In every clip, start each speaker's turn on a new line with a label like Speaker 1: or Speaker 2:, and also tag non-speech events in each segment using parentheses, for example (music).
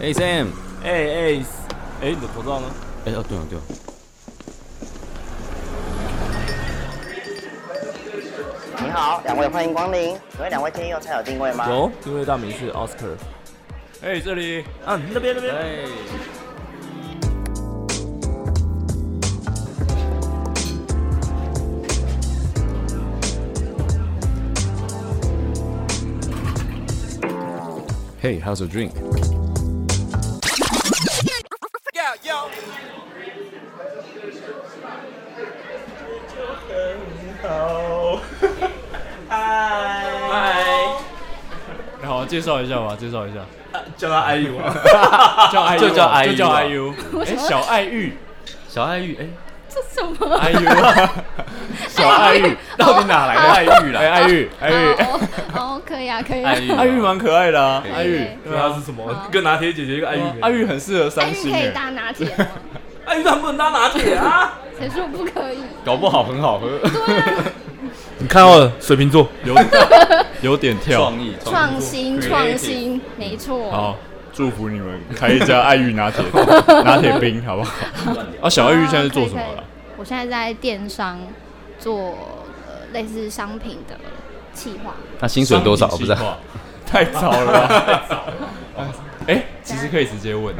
Speaker 1: 哎、Sam，
Speaker 2: 哎哎哎，你的口罩呢？
Speaker 1: 哎、哦对了对了，
Speaker 3: 您好，两位欢迎光临。请问两位建议用菜有定位吗？
Speaker 2: 有，因为大名是 Oscar。哎，这里啊，那边那边。
Speaker 1: 哎，
Speaker 4: Hey, how's a drink?
Speaker 5: (laughs)
Speaker 2: 嗨，
Speaker 5: 然后介绍一下吧，介绍一 (laughs) 下，
Speaker 2: 叫他 IU 啊。
Speaker 5: 叫 IU，
Speaker 1: 就叫 IU
Speaker 5: 就叫
Speaker 1: 啊
Speaker 6: (laughs)
Speaker 5: IU，哎，小爱玉，
Speaker 1: 小爱玉，哎、
Speaker 6: 这什么？
Speaker 5: 爱
Speaker 6: (laughs)
Speaker 5: 玉，小爱玉，
Speaker 1: 到底哪来的爱玉
Speaker 5: 哎，
Speaker 1: 啦？
Speaker 5: 爱玉，爱
Speaker 6: (laughs)
Speaker 5: 玉，
Speaker 6: 哦哦，可以啊，可以啊。
Speaker 1: 爱玉，
Speaker 5: 爱玉蛮可爱的啊，爱玉，
Speaker 6: 哎
Speaker 2: 对啊，是什么？一个拿铁姐姐，一个爱玉妹。
Speaker 5: 爱玉很适合
Speaker 6: 爱
Speaker 5: 三
Speaker 6: 玉
Speaker 5: 星
Speaker 6: 可以
Speaker 5: 哎，
Speaker 6: 搭拿铁吗？
Speaker 2: 爱玉他不能当拿铁啊！
Speaker 6: 谁说不可以？
Speaker 1: 搞不好很好喝，
Speaker 2: 你看到了，水瓶座。
Speaker 5: 有有点跳
Speaker 1: 创，意
Speaker 6: 创新，创，新，没错。
Speaker 5: 好，祝福你们开一家爱玉拿铁拿铁冰，好不好？啊，小爱
Speaker 6: (laughs)
Speaker 5: 玉现在是做什么
Speaker 6: 啊
Speaker 5: 了？？
Speaker 6: 可以可以我现在在电商做呃类似商品的企划，
Speaker 1: 那薪水多少？
Speaker 5: 商
Speaker 1: 不
Speaker 5: 品
Speaker 1: 是、啊，
Speaker 5: 计划，太早了
Speaker 2: (laughs)
Speaker 5: 吧，太早了。哎，其实可以直接问，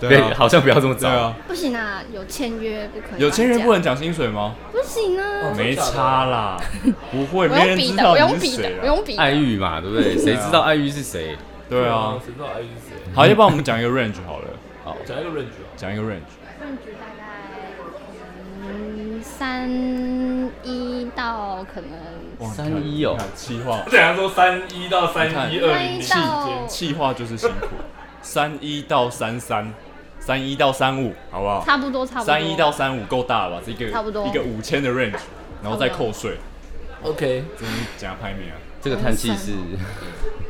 Speaker 1: 对，好像不要这么
Speaker 5: 对
Speaker 1: 早。
Speaker 5: 啊，
Speaker 6: 不行啊，有签约不可以。
Speaker 5: 有签约不能，讲薪水吗？
Speaker 6: 不行啊。
Speaker 5: 没差啦，不会，
Speaker 6: 不
Speaker 5: 没
Speaker 6: 用
Speaker 5: 人
Speaker 6: 比
Speaker 5: 知
Speaker 6: 的，
Speaker 5: 道
Speaker 6: 不用
Speaker 5: 你
Speaker 6: 比
Speaker 5: 是谁啊哎
Speaker 6: 的，不
Speaker 5: 啦。
Speaker 6: 用比的。
Speaker 1: 爱玉嘛，对不
Speaker 5: 啊
Speaker 1: 对？谁知道爱玉是谁？
Speaker 5: 对啊，
Speaker 2: 谁知道爱玉是谁？
Speaker 5: 好，要不然我们讲一个 range 好了，
Speaker 2: 讲一个 range 啊。
Speaker 5: 讲一个 range，
Speaker 6: 分值大概嗯三一到可能
Speaker 1: 三一哦，
Speaker 5: 气化，
Speaker 2: 等下说三一到三一二
Speaker 6: 三
Speaker 2: 零
Speaker 6: 一
Speaker 2: 七
Speaker 6: 到
Speaker 5: 气化就是辛苦，三一到三三，三一到三五，好不好？
Speaker 6: 差不多差不多
Speaker 5: 三一到三五够大了吧？这个
Speaker 6: 差不多
Speaker 5: 一个五千的 range，然后再扣税，
Speaker 2: ，OK。
Speaker 5: 这是假排名啊，
Speaker 1: 这个叹气是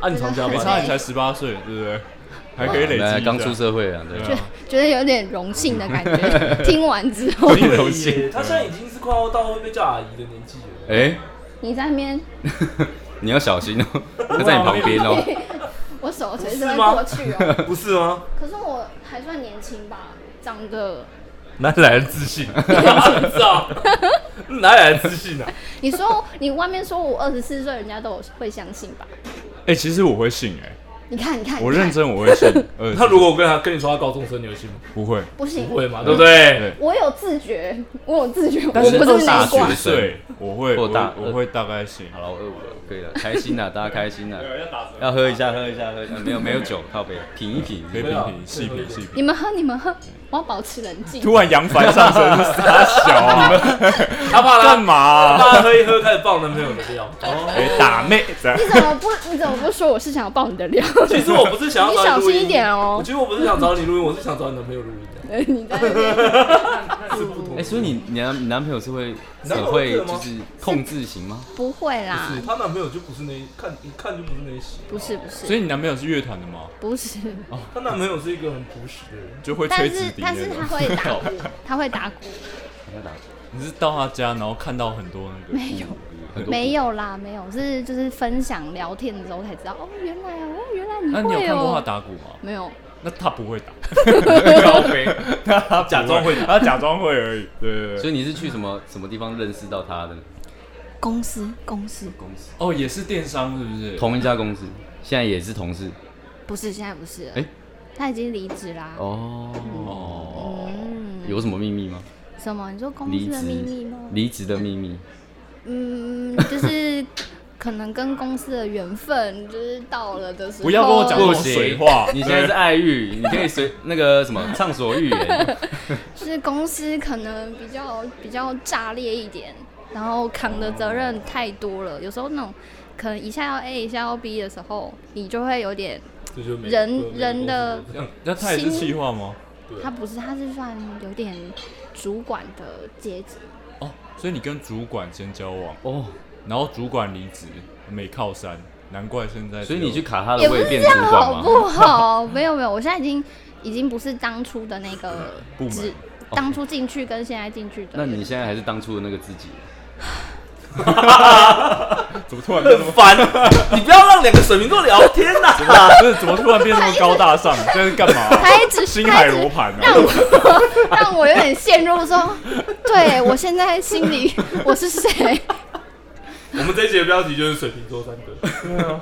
Speaker 2: 暗藏加
Speaker 5: 没差，
Speaker 2: 班
Speaker 5: 你才十八岁，对不对？还可以累积一下
Speaker 1: 呃刚出社会啊，对。
Speaker 5: 对啊
Speaker 6: 觉得有点荣幸的感觉。听完之后，
Speaker 1: 很荣幸。
Speaker 2: 他现在已经是快要到会被叫阿姨的年纪了。
Speaker 1: 哎、
Speaker 6: 你在那边，
Speaker 1: 你要小
Speaker 5: (laughs)
Speaker 1: 心哦，他在你旁边哦。
Speaker 6: (laughs) 我手随时
Speaker 2: 是
Speaker 6: 会
Speaker 2: 吗
Speaker 6: 过去哦。
Speaker 2: 不是吗？
Speaker 6: 可是我还算年轻吧，长
Speaker 5: (laughs)
Speaker 6: 得
Speaker 2: 哪里来的自信？知道？啊 (laughs) 哪里来的自信啊？
Speaker 6: 你说你外面说我二十四岁，人家都有会相信吧？
Speaker 5: 哎，其实我会信，哎，
Speaker 6: 你看，你看，
Speaker 5: 我
Speaker 6: 你看
Speaker 5: 认，真我
Speaker 2: (laughs)
Speaker 5: 会信，呃，
Speaker 2: 他如果我跟他跟你说他高中生，你会信吗？
Speaker 5: 不会，
Speaker 6: 不行
Speaker 2: 不，会嘛，对不对？
Speaker 6: 我有自觉，我有自觉，我不
Speaker 5: 但是
Speaker 6: 是
Speaker 1: 大
Speaker 6: 内
Speaker 1: 学
Speaker 6: 挂。
Speaker 1: 生
Speaker 5: 对，我会，
Speaker 1: 或
Speaker 5: 我
Speaker 1: 大
Speaker 5: 会我会大概信。
Speaker 1: 好了，我饿我了，可以了，开心
Speaker 5: (laughs)
Speaker 1: 了，大家开心了，要喝一下，喝一下，喝一下，没有没有酒，靠杯，品一品。
Speaker 5: 可以平平细平细平。
Speaker 6: 你们喝，你们喝，我要保持冷静。
Speaker 5: 突然扬帆上升，傻小
Speaker 2: (laughs)
Speaker 5: 啊！
Speaker 2: 他怕
Speaker 5: 干
Speaker 2: 他
Speaker 5: 嘛啊？
Speaker 2: 怕他喝一喝开始爆男朋友的 (laughs) 料。
Speaker 5: 哎，打妹
Speaker 2: (laughs)
Speaker 5: 这样
Speaker 6: 你怎么不？你怎么不说我是想要爆你的料？
Speaker 2: 其实我不是想要
Speaker 6: 你
Speaker 2: 找
Speaker 6: 小
Speaker 2: 你录
Speaker 6: 心一
Speaker 2: 音，
Speaker 6: 点哦
Speaker 2: 我。其实我不是想找你录音，我是想找你男朋友录音的。
Speaker 6: 你在那边
Speaker 1: 哎，所以你你男你男朋友是会
Speaker 2: 男
Speaker 1: 也
Speaker 2: 朋友
Speaker 1: 会
Speaker 2: 是吗
Speaker 1: 就是控制型吗？
Speaker 6: 不会啦，
Speaker 2: 她男朋友就不是那一看一看就不是那一型，
Speaker 6: 不是不是
Speaker 5: 所以你男朋友是乐团的吗？
Speaker 6: 不是，
Speaker 2: 她男朋友是一个很朴实的人。
Speaker 5: 就会吹
Speaker 6: 但
Speaker 5: 直
Speaker 6: 是
Speaker 5: 笛
Speaker 6: 但是
Speaker 5: 那种。
Speaker 6: 他会打鼓， (laughs) 他
Speaker 5: (laughs)
Speaker 6: 会打鼓，
Speaker 5: 你是到他家，然后看到很多那个
Speaker 6: 没有
Speaker 5: 很多。
Speaker 6: 没有啦没有，是就是分享聊天的时候才知道哦，原来哦原来你
Speaker 5: 那你有
Speaker 6: 会
Speaker 5: 看过他
Speaker 6: 哦，
Speaker 5: 打鼓吗？
Speaker 6: 没有，
Speaker 5: 那他不会打，
Speaker 1: 靠杯。
Speaker 5: 他假
Speaker 2: 装会，
Speaker 5: 他假装会而已。对对对
Speaker 1: 所以你是去什么什么地方认识到他的呢？
Speaker 6: 公司公司
Speaker 1: 公司
Speaker 5: 哦，也是电商是不是？
Speaker 1: 同一家公司，现在也是同事
Speaker 6: 不是现在不是了
Speaker 1: 哎，
Speaker 6: 他已经离职啦。
Speaker 1: 哦。
Speaker 6: 嗯，
Speaker 1: 有什么秘密吗？
Speaker 6: 什么？你说公
Speaker 1: 离
Speaker 6: 司的
Speaker 1: 职
Speaker 6: 秘密吗？
Speaker 1: 离职的秘密。
Speaker 5: 哦
Speaker 6: 嗯，就是可能跟公司的缘分就是到了的时候，
Speaker 5: 不要跟我讲这
Speaker 1: 不
Speaker 5: 种
Speaker 1: 行
Speaker 5: 水话。
Speaker 1: 你现在是
Speaker 5: 对
Speaker 1: 爱 (laughs) 欲，你可以随那个什么畅所欲言。
Speaker 6: 就是公司可能比较比较炸裂一点，然后扛的责任太多了，有时候那种可能一下要 A 一下要 B 的时候，你就会有点，
Speaker 2: 这就是每
Speaker 6: 人
Speaker 2: 每个公司
Speaker 6: 人的
Speaker 2: 都这样
Speaker 5: 那他也是气话吗？
Speaker 2: 对
Speaker 6: 他不是他是算有点主管的阶级，
Speaker 5: 哦，所以你跟主管先交往，
Speaker 1: 哦，
Speaker 5: 然后主管离职没靠山，难怪现在只
Speaker 1: (laughs) 所
Speaker 5: 有。
Speaker 1: 以你去卡他
Speaker 6: 也
Speaker 1: 的
Speaker 6: 不
Speaker 1: 位
Speaker 6: 是这
Speaker 1: 变主
Speaker 6: 样好
Speaker 1: 管吗？
Speaker 6: 不好？ (laughs) 没有没有，我现在已经已经不是当初的那个
Speaker 5: 部门
Speaker 6: 职，当初进去跟现在进去的，
Speaker 1: 那你现在还是当初的那个自己？
Speaker 5: 怎么突然变这
Speaker 6: (laughs)
Speaker 2: 很
Speaker 5: 么？
Speaker 1: (laughs)
Speaker 2: 烦。 (laughs) 你不要让两个水瓶座聊天呐、
Speaker 5: 不是，怎么突然变这么高大
Speaker 6: (laughs)
Speaker 5: 上？这是干嘛啊、
Speaker 6: 他一直
Speaker 5: 星
Speaker 6: 他
Speaker 5: 海
Speaker 6: 一直
Speaker 5: 罗盘
Speaker 6: 让
Speaker 5: 啊！
Speaker 6: 我让我有点陷入说，对我现在心里 (laughs) 我是谁？
Speaker 2: (laughs) 我们这一节的标题就是水瓶座三个。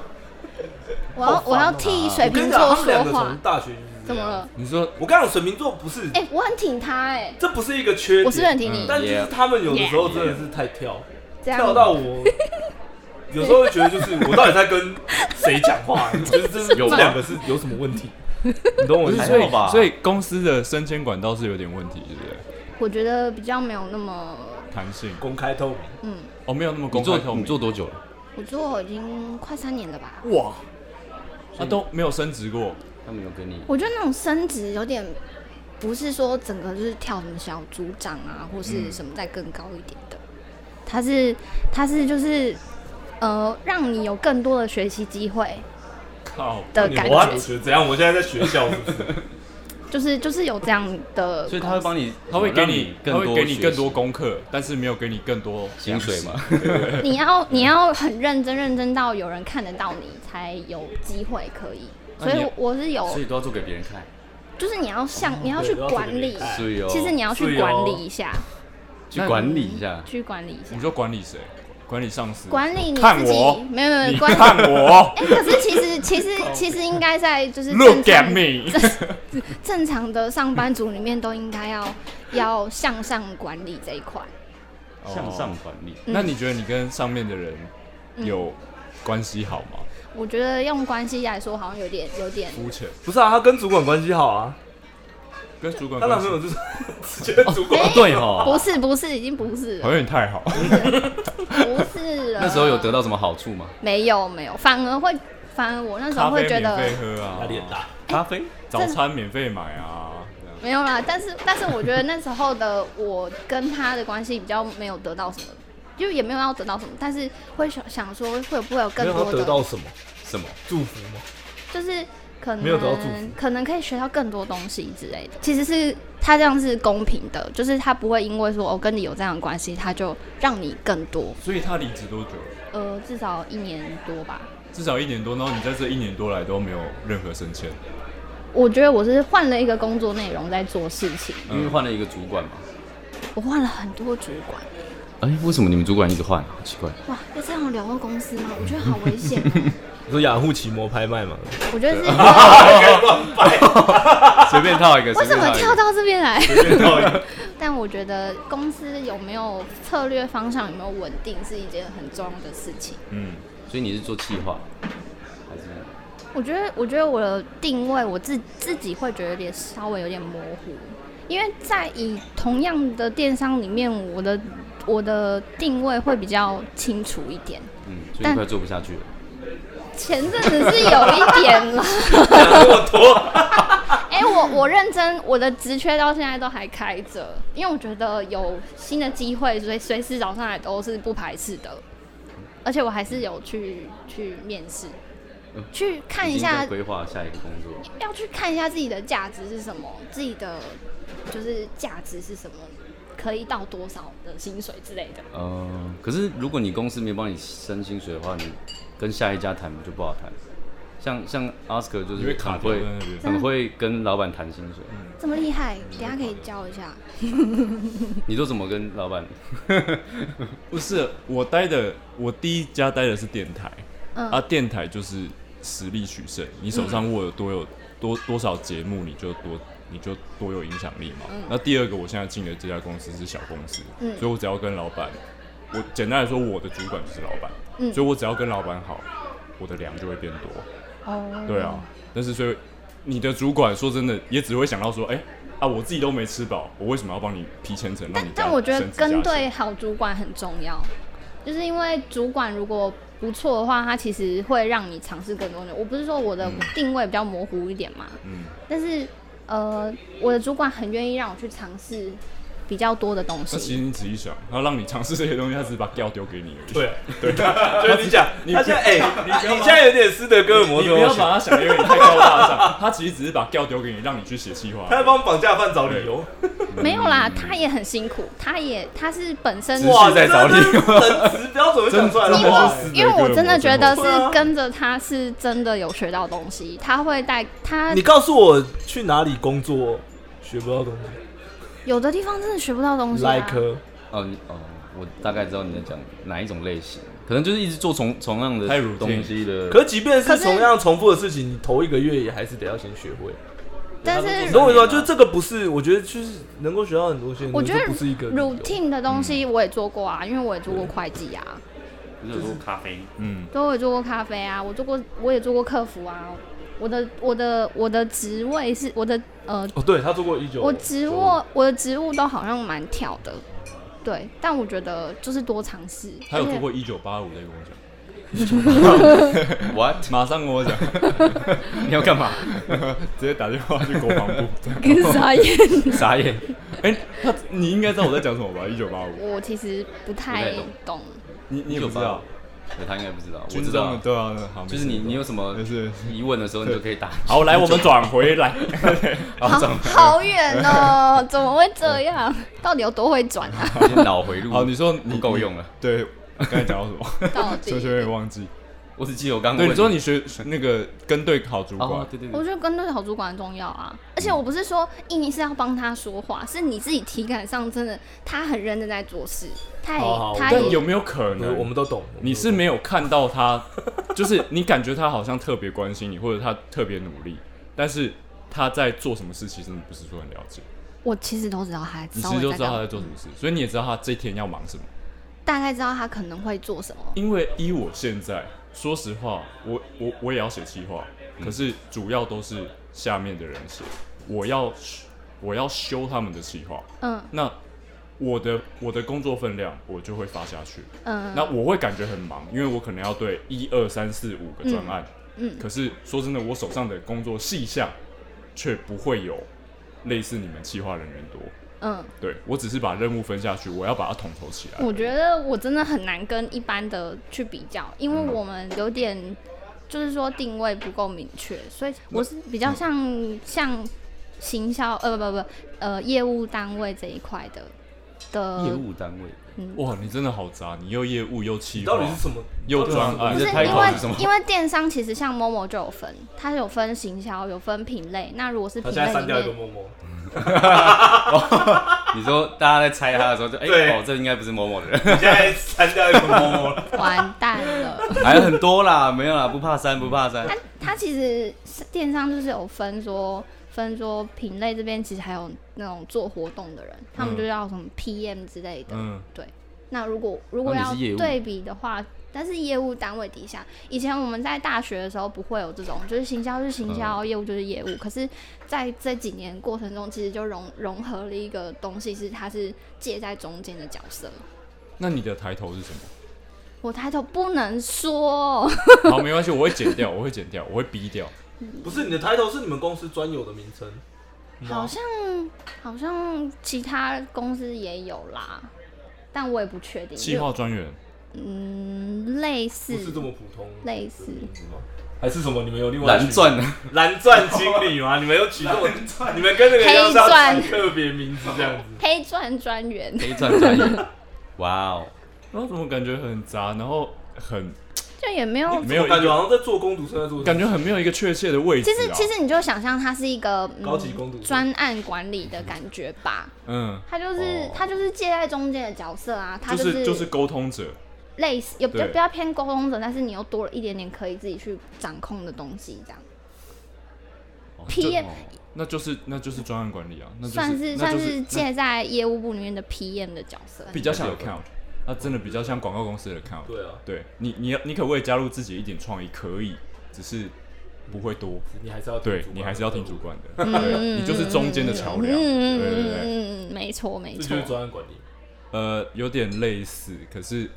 Speaker 6: 我要、我要替水
Speaker 2: 我跟
Speaker 6: 瓶
Speaker 2: 你讲，
Speaker 6: 座
Speaker 2: 他们两
Speaker 6: 哎说
Speaker 2: 个
Speaker 6: 话
Speaker 2: 从，大学就是这
Speaker 6: 怎么
Speaker 2: 样
Speaker 6: 了？？
Speaker 5: 你说
Speaker 2: 我跟你讲，水瓶座不是，
Speaker 6: 哎、我很挺他哎、
Speaker 2: 这不是一个缺点，
Speaker 6: 我是不是很挺你？
Speaker 2: 但就是他们有的时候真的是太跳，
Speaker 6: 这样
Speaker 2: 嗯跳到我 (laughs) 有时候会觉得就是我到底在跟谁讲话？就是这
Speaker 5: 有吗
Speaker 2: 这两个是有什么问题？你懂我
Speaker 5: 不
Speaker 2: 意
Speaker 5: 是，
Speaker 2: 思
Speaker 5: 所
Speaker 2: 吗？
Speaker 1: 还好吧
Speaker 5: 以所以公司的升迁管道是有点问题，对不对？
Speaker 6: 我觉得比较没有那么，
Speaker 5: 弹性
Speaker 2: 公开透明，
Speaker 6: 嗯，
Speaker 5: 哦，没有那么
Speaker 1: 你
Speaker 5: 公
Speaker 1: 做
Speaker 5: 开透
Speaker 1: 你
Speaker 5: 明，
Speaker 1: 做多久了？
Speaker 6: 我做已经快三年了吧。
Speaker 5: 哇，他啊都没有升职过，
Speaker 1: 他们有跟你
Speaker 6: 我觉得那种升职有点不是说整个就是跳什么小组长啊，或是什么再更高一点的，它是它是就是呃，让你有更多的学习机会
Speaker 5: 靠，
Speaker 6: 的
Speaker 2: 你
Speaker 6: 感
Speaker 2: 我
Speaker 6: 觉，
Speaker 2: 怎样？我现在在学校是不
Speaker 1: (laughs)
Speaker 2: 是？
Speaker 6: 就是就是有这样的公司，
Speaker 1: 所以他会帮你，
Speaker 5: 他会给你，他
Speaker 1: 更
Speaker 5: 会
Speaker 1: 多
Speaker 5: 给你更多
Speaker 1: 学习
Speaker 5: 功课，但是没有给你更多
Speaker 1: 薪水嘛
Speaker 5: 嘛。？
Speaker 6: 你要你要很认真，认真到有人看得到你，才有机会可以。所
Speaker 1: 那你
Speaker 6: 以我是有，
Speaker 1: 所以都要做给别人看。
Speaker 6: 就是你要像你要去
Speaker 2: 嗯对要
Speaker 6: 管
Speaker 2: 特别
Speaker 6: 理
Speaker 2: 看，
Speaker 1: 所以哦，
Speaker 6: 其实你要
Speaker 2: 所
Speaker 6: 去
Speaker 2: 以哦
Speaker 6: 管理一下，
Speaker 1: 去管理一下，
Speaker 6: 去 (laughs) 管理一下
Speaker 5: 你，说管理谁？管理上司？
Speaker 6: 管理你
Speaker 5: 嗯看
Speaker 6: 自
Speaker 5: 我
Speaker 6: 己，没有没
Speaker 5: 你
Speaker 6: 有管
Speaker 5: 看我
Speaker 6: 哎、可是其实其实其实应该在就是正
Speaker 5: (laughs) ，Look
Speaker 6: 常
Speaker 5: at me，
Speaker 6: (laughs) 正常的上班族里面都应该要 (laughs) 要向上管理这一块。
Speaker 5: 哦
Speaker 1: 向上管理。
Speaker 6: 嗯
Speaker 5: 那你觉得你跟上面的人有关系好吗？
Speaker 6: 我觉得用关系来说，好像有点有点
Speaker 5: 肤浅，
Speaker 2: 不是啊，他跟主管关系好啊，
Speaker 5: 跟主管
Speaker 2: 他男
Speaker 5: 关系
Speaker 2: 朋友就是直接主管。
Speaker 1: 哦对哈，
Speaker 6: 不是不是，已经不是
Speaker 5: 好 (laughs) 像
Speaker 6: 了，
Speaker 5: 有点太
Speaker 6: (laughs)
Speaker 5: 好，
Speaker 6: 不是了。
Speaker 1: 那时候有得到什么好处吗？
Speaker 6: 没有没有，反而会反而我那时候
Speaker 5: 咖啡
Speaker 6: 会觉
Speaker 5: 免 (laughs)
Speaker 6: 得
Speaker 5: 费喝啊
Speaker 2: 他，脸大，
Speaker 1: 咖啡？
Speaker 5: 早餐免费买啊，这样
Speaker 6: 没有啦，但是但是我觉得那时候的我跟他的关系比较没有得到什么。就也没有要得到什么，但是会想想说会不会有更
Speaker 2: 没有
Speaker 6: 多
Speaker 2: 他
Speaker 6: 的
Speaker 2: 得到什么
Speaker 1: 什么？
Speaker 2: 祝福吗？
Speaker 6: 就是可能
Speaker 2: 没有得到祝福
Speaker 6: 可能可以学到更多东西之类的。其实是他这样是公平的，就是他不会因为说我、哦跟你有这样的关系，他就让你更多。
Speaker 5: 所以他离职多久了？
Speaker 6: 呃，至少一年多吧。
Speaker 5: 至少一年多，然后你在这一年多来都没有任何升迁，
Speaker 6: 我觉得我是换了一个工作内容在做事情，
Speaker 1: 因为换了一个主管嘛。
Speaker 6: 我换了很多主管。
Speaker 1: 哎，为什么你们主管一直换？好奇怪。
Speaker 6: 哇，要这样聊到公司吗？我觉得好危险
Speaker 1: (laughs)
Speaker 6: 哦、
Speaker 2: 你说雅虎奇摩拍卖嘛？
Speaker 6: 我觉得 (laughs) 是。
Speaker 1: 啊
Speaker 2: 乱掰，
Speaker 1: 随便套一个，
Speaker 6: 为什
Speaker 1: 随便
Speaker 6: 么
Speaker 1: 套一个
Speaker 6: 跳？到这边来？
Speaker 2: 到一个
Speaker 6: (laughs) 但我觉得公司有没有策略方向，有没有稳定，是一件很重要的事情。
Speaker 5: 嗯，
Speaker 1: 所以你是做企划，还是
Speaker 6: 我觉得，我觉得我的定位，我自自己会觉得有点稍微有点模糊，因为在以同样的电商里面，我的我的定位会比较清楚一点。
Speaker 1: 嗯，所以
Speaker 6: 但
Speaker 1: 你快做不下去了。
Speaker 6: 前阵子是有一点了，
Speaker 2: 我多。
Speaker 6: (laughs) 哎、我我认真，我的职缺到现在都还开着，因为我觉得有新的机会，所以随时找上来都是不排斥的，而且我还是有去去面试
Speaker 1: 嗯，
Speaker 6: 去看一
Speaker 1: 已经在
Speaker 6: 下
Speaker 1: 规划下一个工作，
Speaker 6: 要去看一下自己的价值是什么，自己的就是价值是什么，可以到多少的薪水之类的。哦
Speaker 1: 呃，可是如果你公司没帮你升薪水的话，你跟下一家谈就不好谈。像像 Oscar 就
Speaker 5: 你会
Speaker 1: 是
Speaker 5: 卡
Speaker 1: 很
Speaker 5: 掉在嗯
Speaker 1: 会
Speaker 5: 那边
Speaker 1: 很会跟老板谈薪水，
Speaker 6: 这么厉害，等一下可以教一下。
Speaker 1: 你都怎么跟老板？
Speaker 5: 不是我待的，我第一家待的是电台，
Speaker 6: 嗯
Speaker 5: 啊，电台就是实力取胜，你手上握有多有多多少节目，你就多你就多有影响力嘛。那第二个，我现在进的这家公司是小公司，
Speaker 6: 嗯
Speaker 5: 所以我只要跟老板，我简单来说，我的主管就是老板，
Speaker 6: 嗯
Speaker 5: 所以我只要跟老板好，我的粮就会变多。
Speaker 6: 哦
Speaker 5: 对啊，，但是所以你的主管说真的，也只会想到说，哎、啊，我自己都没吃饱，我为什么要帮你提千层，让
Speaker 6: 但
Speaker 5: 你
Speaker 6: 但
Speaker 5: 加
Speaker 6: 我觉得
Speaker 5: 升职加
Speaker 6: 跟
Speaker 5: 薪
Speaker 6: 对好主管很重要，就是因为主管如果不错的话，他其实会让你尝试更多的。我不是说我的定位比较模糊一点嘛，
Speaker 5: 嗯
Speaker 6: 但是呃，我的主管很愿意让我去尝试比较多的东
Speaker 5: 那其实
Speaker 6: 西。
Speaker 5: 你仔细想，他让你尝试这些东西，他只是把料丢给你而已。 (laughs)
Speaker 2: 对对， (laughs) 就是你讲，
Speaker 5: 你
Speaker 2: 他现在哎，
Speaker 5: 你
Speaker 2: 你
Speaker 5: 不要
Speaker 2: 你现在有点斯德哥尔摩
Speaker 5: 你
Speaker 2: 症
Speaker 5: 不
Speaker 2: 候
Speaker 5: 要
Speaker 2: 群，
Speaker 5: 把它想得有点太高大上，他其实只是把料丢给你，让你去写计划
Speaker 2: 他。在帮绑架犯找理由，
Speaker 5: 嗯
Speaker 6: 没有啦，他也很辛苦，他也他是本身
Speaker 5: 只是哇在找理由
Speaker 2: 由，人词标准会讲出来的
Speaker 5: 真的
Speaker 2: 话
Speaker 5: 是，
Speaker 6: 因为我真的觉得是
Speaker 2: 对啊
Speaker 6: 跟着他是真的有学到东西，他会带他
Speaker 2: 你告诉我去哪里工作学不到东西
Speaker 6: 有的地方真的学不到东西、啊。
Speaker 2: ，like
Speaker 1: 哦你哦，我大概知道你在讲哪一种类型，可能就是一直做同同样的
Speaker 5: 太 routine
Speaker 1: 东西的。
Speaker 2: 可即便
Speaker 6: 可
Speaker 2: 是
Speaker 6: 是
Speaker 2: 同样重复的事情，你头一个月也还是得要先学会。
Speaker 6: 但是
Speaker 2: 你懂我意思吗？就是这个不是，我觉得就是能够学到很多东西，
Speaker 6: 我觉
Speaker 2: 这
Speaker 6: 得
Speaker 2: 不是一个理由嗯
Speaker 6: routine 的东西我也做过啊，因为我也做过会计啊，
Speaker 1: 不是有做咖啡，
Speaker 5: 嗯，
Speaker 6: 对，我也做过咖啡啊，我做过，我也做过客服啊。我的我的我的职位是我的呃，
Speaker 2: 哦，对他做过一九，
Speaker 6: 我职务我的职务都好像蛮跳的，对，但我觉得就是多尝试。
Speaker 5: 他有
Speaker 6: 而且
Speaker 5: 做过一九八五再跟我讲， (laughs)
Speaker 1: ，what？
Speaker 5: 马上跟我讲，
Speaker 1: 你要干
Speaker 5: (laughs)
Speaker 1: 嘛？
Speaker 5: 直接打电话去国防部。这样
Speaker 6: 跟傻眼，
Speaker 2: (laughs)
Speaker 1: 傻眼。
Speaker 5: 哎、他 (laughs) 你应该知道我在讲什么吧？一九八五，
Speaker 6: 我其实不太懂。
Speaker 5: 你你也不知道，
Speaker 1: 对他应该不知道，我
Speaker 5: 军
Speaker 1: 知
Speaker 5: 中
Speaker 1: 道
Speaker 5: 的。对啊，那好，
Speaker 1: 就是你，你有什么
Speaker 5: 没事
Speaker 1: 疑问的时候，你就可以打。
Speaker 5: 好，来，我们转回来。
Speaker 6: 好好远哦，
Speaker 2: (laughs)
Speaker 6: 怎么会这样？ (laughs) 到底有多会转啊？
Speaker 1: 你的脑
Speaker 5: (laughs)
Speaker 1: 回路。
Speaker 5: 哦好，你说你
Speaker 1: 不够用了，
Speaker 5: 你 (laughs) 对，我刚才讲到什 (laughs) 么？
Speaker 6: 到
Speaker 5: 所以就有点
Speaker 6: 底？
Speaker 5: 忘记。
Speaker 1: 我只记得我刚刚
Speaker 5: 对，
Speaker 1: 问
Speaker 5: 你说你学那个跟对好主管
Speaker 1: 哦，，对对
Speaker 6: 我
Speaker 1: 对，
Speaker 6: 觉得跟对好主管很重要啊，而且我不是说硬是要帮他说话，是你自己体感上真的他很认真在做事，他也
Speaker 2: 好好
Speaker 6: 他
Speaker 2: 但
Speaker 5: 但有
Speaker 6: 也
Speaker 5: 没有可
Speaker 2: 对
Speaker 5: 能
Speaker 2: 我们都懂。
Speaker 5: 你是没有看到他，就是你感觉他好像特别关心你，或者他特别努力，但是他在做什么事，其实你不是说很了解，
Speaker 6: 我其实都知道他
Speaker 5: 你
Speaker 6: 稍
Speaker 5: 其实
Speaker 6: 微
Speaker 5: 就
Speaker 6: 在
Speaker 5: 知道他在
Speaker 6: 干嘛，
Speaker 5: 做什么事，所以你也知道他这一天要忙什么。
Speaker 6: 大概知道他可能会做什么。
Speaker 5: 因为依我现在，说实话，我我我也要写企划，
Speaker 6: 嗯
Speaker 5: 可是主要都是下面的人写，我要我要修他们的企划，
Speaker 6: 嗯
Speaker 5: 那我的我的工作分量我就会发下去，
Speaker 6: 嗯，
Speaker 5: 那我会感觉很忙，因为我可能要对一二三四五个专案，
Speaker 6: 嗯嗯
Speaker 5: 可是说真的，我手上的工作细项却不会有类似你们企划人员多，
Speaker 6: 嗯，
Speaker 5: 对我只是把任务分下去，我要把它统筹起来。
Speaker 6: 我觉得我真的很难跟一般的去比较，因为我们有点就是说定位不够明确，所以我是比
Speaker 5: 嗯
Speaker 6: 较像、像行销呃不不不呃业务单位这一块的
Speaker 1: 业
Speaker 6: 的，
Speaker 1: 务单位，
Speaker 5: 哇，你真的好杂，你又业务又企
Speaker 2: 你
Speaker 5: 划，
Speaker 2: 到底是什么？
Speaker 5: 哦又专
Speaker 1: 啊
Speaker 5: 案
Speaker 6: 不
Speaker 1: 你
Speaker 6: 是
Speaker 1: 的
Speaker 6: 因
Speaker 1: title 是什
Speaker 6: 为
Speaker 1: 么
Speaker 6: 因为电商其实像 Momo 就有分，它有分行销，有分品类。那如果是
Speaker 2: 他
Speaker 6: 品
Speaker 2: 现在
Speaker 6: 类里
Speaker 2: 删掉一个
Speaker 6: 面，
Speaker 2: 默默，
Speaker 1: 你说大家在猜他的时候就，哎、
Speaker 2: 对
Speaker 1: 哦，这应该不是某某的人， (laughs)
Speaker 2: 你现在删掉一个默默了。
Speaker 6: 完蛋了。
Speaker 1: 还有很多啦，没有啦，不怕删，不怕删
Speaker 6: 它。 (laughs) 它其实是电商就是有分说分说品类这边其实还有那种做活动的人，他
Speaker 2: 嗯
Speaker 6: 们就要什么 PM 之类的。
Speaker 5: 嗯，
Speaker 6: 那如果如果
Speaker 1: 那你
Speaker 6: 要
Speaker 1: 是业务
Speaker 6: 对比的话，但是业务单位底下，以前我们在大学的时候不会有这种，就是行销是行销，业务就是业务。可是在这几年过程中，其实就融融合了一个东西，是它是介在中间的角色。
Speaker 5: 那你的抬头是什么？ (laughs)
Speaker 6: 我抬头不能说，
Speaker 5: 好，没关系，我会剪掉，我会剪掉，我会逼掉。
Speaker 2: 不是你的抬头是你们公司专有的名称，
Speaker 6: 好像好像其他公司也有啦，但我也不确定。
Speaker 5: 企划专员，
Speaker 6: 嗯，类似
Speaker 2: 不是这么普通的
Speaker 6: 类似
Speaker 2: 名字吗？还是什么？你们有另外
Speaker 1: 蓝钻，
Speaker 2: 蓝钻经理吗？你们有取这种？你们跟那个
Speaker 6: 黑
Speaker 2: 要
Speaker 6: 钻
Speaker 2: 上特别名字这样子？
Speaker 6: 黑钻专员。
Speaker 1: 黑钻专业， (laughs) 哇哦，
Speaker 5: 然后怎么感觉很杂，然后很
Speaker 6: 就也没
Speaker 5: (laughs)
Speaker 6: 有。
Speaker 5: 没有
Speaker 2: 我
Speaker 5: 一
Speaker 2: 感觉
Speaker 5: 个
Speaker 2: 好像在做工读生在做什么，
Speaker 5: 感觉很没有一个确切的位置、
Speaker 6: 其
Speaker 5: 啊。
Speaker 6: 实其实你就想象它是一个、嗯、
Speaker 2: 高级公主
Speaker 6: 专案管理的感觉吧，
Speaker 5: 嗯，
Speaker 6: 它就是
Speaker 1: 哦
Speaker 6: 它就是介在中间的角色啊，它
Speaker 5: 就是
Speaker 6: 是
Speaker 5: 就是沟通者，
Speaker 6: 类似有比较
Speaker 5: 对
Speaker 6: 比较偏沟通者，但是你又多了一点点可以自己去掌控的东西，这样。PM
Speaker 5: 那就是那就是专案管理啊，那就是
Speaker 6: 算是
Speaker 5: 那
Speaker 6: 算
Speaker 5: 就是那
Speaker 6: 介在业务部里面的 PM 的角色。
Speaker 5: 比较像 account，那真的比较像广告公司的 account。
Speaker 2: 对啊，
Speaker 5: 对你你你可不可以加入自己一点创意？可以，只是不会多。
Speaker 2: 你还是要
Speaker 5: 对
Speaker 2: 听主管
Speaker 5: 你还是要听主管的，
Speaker 6: 嗯
Speaker 5: (laughs) 对，你就是中间的桥梁。对对对。
Speaker 6: 嗯嗯，没错没
Speaker 2: 这
Speaker 6: 错
Speaker 2: 就是。专案管理，
Speaker 5: 呃，有点类似，可是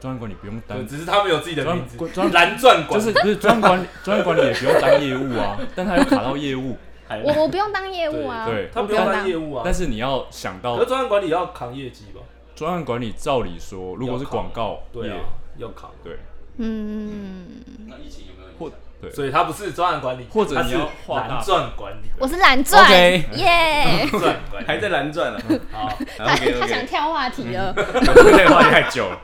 Speaker 5: 专案管理不用
Speaker 2: 对，
Speaker 5: 担，
Speaker 2: 只是他们有自己的名字
Speaker 5: 专专，
Speaker 2: 蓝钻管
Speaker 5: 就
Speaker 2: 理
Speaker 5: 是不是专案管理，专案管理也不用当业务啊，但他又卡到业务，
Speaker 1: 海
Speaker 6: 我我不用当业务啊，
Speaker 5: 对
Speaker 2: 他
Speaker 6: 我
Speaker 2: 不
Speaker 6: 不
Speaker 2: 用
Speaker 6: 用
Speaker 2: 当业务啊
Speaker 5: 但，是哦你要想
Speaker 2: 可
Speaker 5: 到
Speaker 2: 是专案管理要扛业绩吧？
Speaker 5: 专案管理，照理说，如果是广告
Speaker 2: 对
Speaker 5: 业
Speaker 2: 啊，，要扛。
Speaker 5: 对
Speaker 6: 嗯，
Speaker 1: 那疫情有没有影响
Speaker 5: 或对，
Speaker 2: 所以他不是专案管理，
Speaker 5: 或者
Speaker 2: 他
Speaker 5: 你
Speaker 2: 是
Speaker 5: 要画大
Speaker 2: 蓝钻管理，
Speaker 6: 我是蓝钻，
Speaker 1: OK
Speaker 6: 耶！
Speaker 2: 钻
Speaker 5: (laughs)
Speaker 2: 管理
Speaker 1: 还在蓝钻啊？
Speaker 2: 好，
Speaker 6: 他
Speaker 1: OK
Speaker 6: 他想
Speaker 1: OK，
Speaker 6: 跳话题了，
Speaker 5: 这个话题太久了。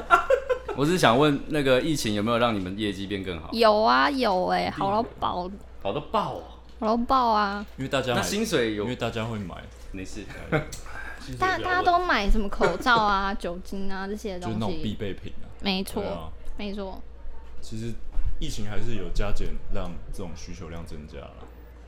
Speaker 1: (laughs) 我只是想问那个疫情有没有让你们业绩变更好？
Speaker 6: 有啊有哎，好到爆，
Speaker 1: 好到爆哦！
Speaker 6: 好到爆啊！
Speaker 5: 因为大家
Speaker 1: 那
Speaker 5: 买，
Speaker 1: 薪水有
Speaker 5: 因为大家会买，
Speaker 1: 没事，
Speaker 2: 薪水
Speaker 6: 大
Speaker 2: 不要
Speaker 6: 大家
Speaker 2: 问
Speaker 6: 都买什么口罩啊、酒精啊这些
Speaker 5: 就
Speaker 6: 东
Speaker 5: 是那种必
Speaker 6: 西，
Speaker 5: 备品啊。
Speaker 6: 没
Speaker 5: (laughs) 对啊
Speaker 6: 错，没错，
Speaker 5: 其实疫情还是有加减，让这种需求量增加了。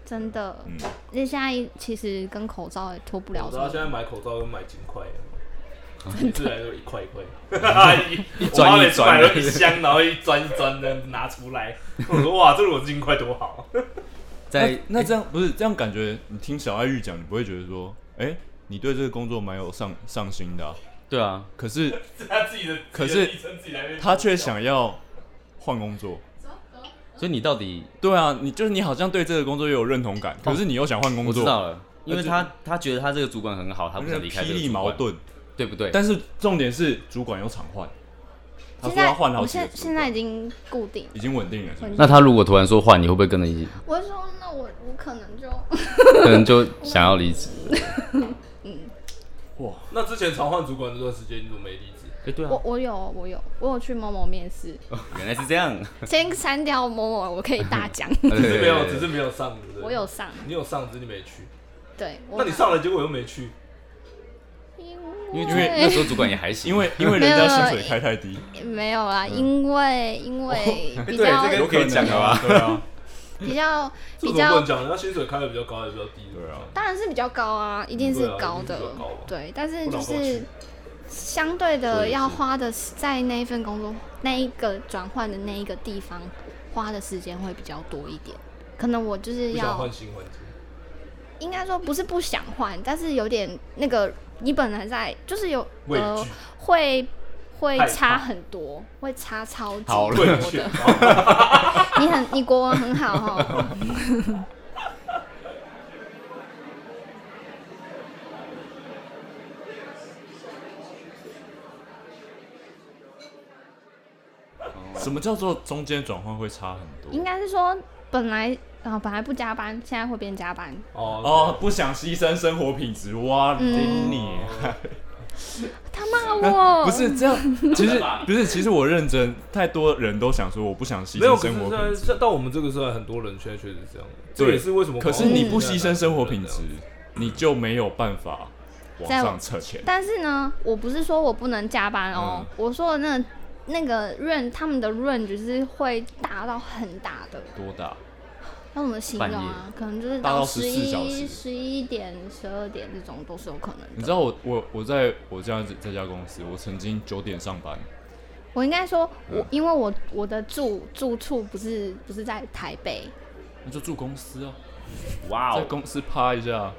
Speaker 6: 真的。
Speaker 5: 嗯，
Speaker 6: 那现在其实跟口罩也脱不了什
Speaker 2: 我知道现
Speaker 6: 么，
Speaker 2: 在买口罩跟买金块一
Speaker 5: 啊
Speaker 2: 样，每次来都一块 (laughs) 一块，一我妈每次买都一箱，然后一钻一钻的拿出来。我说哇，这如果是金块多好，
Speaker 1: 在
Speaker 5: 那这样不是这样，感觉你听小爱玉讲，你不会觉得说，哎、你对这个工作蛮有上上心的啊、
Speaker 1: 对啊，
Speaker 5: 可是
Speaker 2: 是他自己的，
Speaker 5: 可是
Speaker 2: 自己的昵称自己来那边
Speaker 5: 他却想要换工作。
Speaker 1: 所以你到底
Speaker 5: 对啊，你就是你好像对这个工作又有认同感，可是你又想换工
Speaker 1: 我
Speaker 5: 作，
Speaker 1: 知道了，因为
Speaker 5: 那就
Speaker 1: 他他觉得他这个主管很好，他不想离开这
Speaker 5: 霹
Speaker 1: 个
Speaker 5: 雳
Speaker 1: 主
Speaker 5: 矛
Speaker 1: 管，
Speaker 5: 盾。
Speaker 1: 对不对？
Speaker 5: 但是重点是主管又常换，他
Speaker 6: 现
Speaker 5: 说要
Speaker 6: 在
Speaker 5: 换好
Speaker 6: 我
Speaker 5: 几个
Speaker 6: 现
Speaker 5: 主管
Speaker 6: 现在已经固定了。
Speaker 5: 已经稳定了，是不是？
Speaker 1: 那他如果突然说换，你会不会跟着一起？
Speaker 6: 我就说，那我我可能就
Speaker 5: 嗯
Speaker 1: 可能就想要离职。
Speaker 5: 哇，
Speaker 2: 那之前常换主管这段时间，你怎么没离职？
Speaker 1: 哎，对
Speaker 6: 我我有我有我有去某某面
Speaker 5: (laughs)
Speaker 6: 试，
Speaker 1: 原来是这样。
Speaker 6: 先删掉某某，我可以
Speaker 5: (laughs)
Speaker 6: 大讲，
Speaker 2: 只是没有，只是没有上，对不对
Speaker 6: 我有，上，
Speaker 2: 你有上，只是你没去。
Speaker 6: 对，我
Speaker 2: 那你上了，结果又没去，
Speaker 6: 因
Speaker 1: 因为
Speaker 6: 为
Speaker 1: 因为那时候主管也还行，
Speaker 5: 因为因为人家薪水开太低，
Speaker 6: 没有啦，
Speaker 5: 嗯
Speaker 6: 因为因为
Speaker 5: 哦
Speaker 6: 比
Speaker 1: 对
Speaker 6: 较
Speaker 1: 这个
Speaker 5: 有可能
Speaker 1: 可以讲了吧
Speaker 5: 对啊，
Speaker 6: 比较
Speaker 2: 这
Speaker 6: 比
Speaker 2: 个不能
Speaker 6: 较，
Speaker 2: 讲，人家薪水开的比较高，还是比较低的？
Speaker 5: 对啊，
Speaker 6: 当然是比较高啊，一定是
Speaker 2: 对啊
Speaker 6: 高
Speaker 2: 一定
Speaker 6: 的
Speaker 2: 是比较高吧，
Speaker 6: 对，但是
Speaker 2: 不
Speaker 6: 就
Speaker 2: 然我
Speaker 6: 是
Speaker 2: 去
Speaker 6: 相对
Speaker 1: 我
Speaker 6: 的
Speaker 1: 也
Speaker 6: 要
Speaker 1: 是
Speaker 6: 花的时在那一份工作那一个转换的那一个地方花的时间会比较多一点，可能我就是
Speaker 2: 不想
Speaker 6: 要
Speaker 2: 换新环境。
Speaker 6: 应该说不是不想换，但是有点那个，你本来在就是有
Speaker 2: 畏
Speaker 6: 呃
Speaker 2: 惧，
Speaker 6: 会会
Speaker 2: 害
Speaker 6: 差
Speaker 2: 怕
Speaker 6: 很多，会差超级
Speaker 1: 好
Speaker 6: (laughs) 多
Speaker 1: 了
Speaker 2: 畏惧
Speaker 6: 的。。你很你国文很好哈，
Speaker 5: 什么叫做中间转换会差很多？
Speaker 6: 应该是说本来啊、本来不加班，现在会变加班，
Speaker 2: 哦
Speaker 5: 哦，不想牺牲生活品质，哇，
Speaker 6: 嗯
Speaker 5: 顶你！
Speaker 6: 他骂我，
Speaker 2: (laughs)
Speaker 5: 不是这
Speaker 6: (laughs)
Speaker 5: 样，其实不是，其实我认真，太多人都想说我不想牺
Speaker 2: 没有，
Speaker 5: 牲
Speaker 2: 可是
Speaker 5: 生
Speaker 2: 现
Speaker 5: 活
Speaker 2: 在
Speaker 5: 品质，
Speaker 2: 像到我们这个时代，很多人现在确实是这样，这
Speaker 5: 对
Speaker 2: 也是为什么。
Speaker 5: 可是你不牺牲生活品质，你就没有办法往上扯前。
Speaker 6: 但是呢，我不是说我不能加班哦，
Speaker 5: 嗯
Speaker 6: 我说的那那个 range 他们的 range 就是会大到很大的，
Speaker 5: 多大？
Speaker 6: 要怎么形容啊？可能就是
Speaker 5: 大到
Speaker 6: 十
Speaker 5: 14小
Speaker 6: 一、
Speaker 5: 时
Speaker 6: 十一点、十二点这种都是有可能的。
Speaker 5: 你知道我我我在我这样子这家公司，我曾经九点上班，
Speaker 6: 我应该说，我、
Speaker 5: 嗯
Speaker 6: 因为我我的住住处不是不是在台北，
Speaker 5: 那就住公司啊，
Speaker 1: 哇哦
Speaker 5: 在，公司趴一下。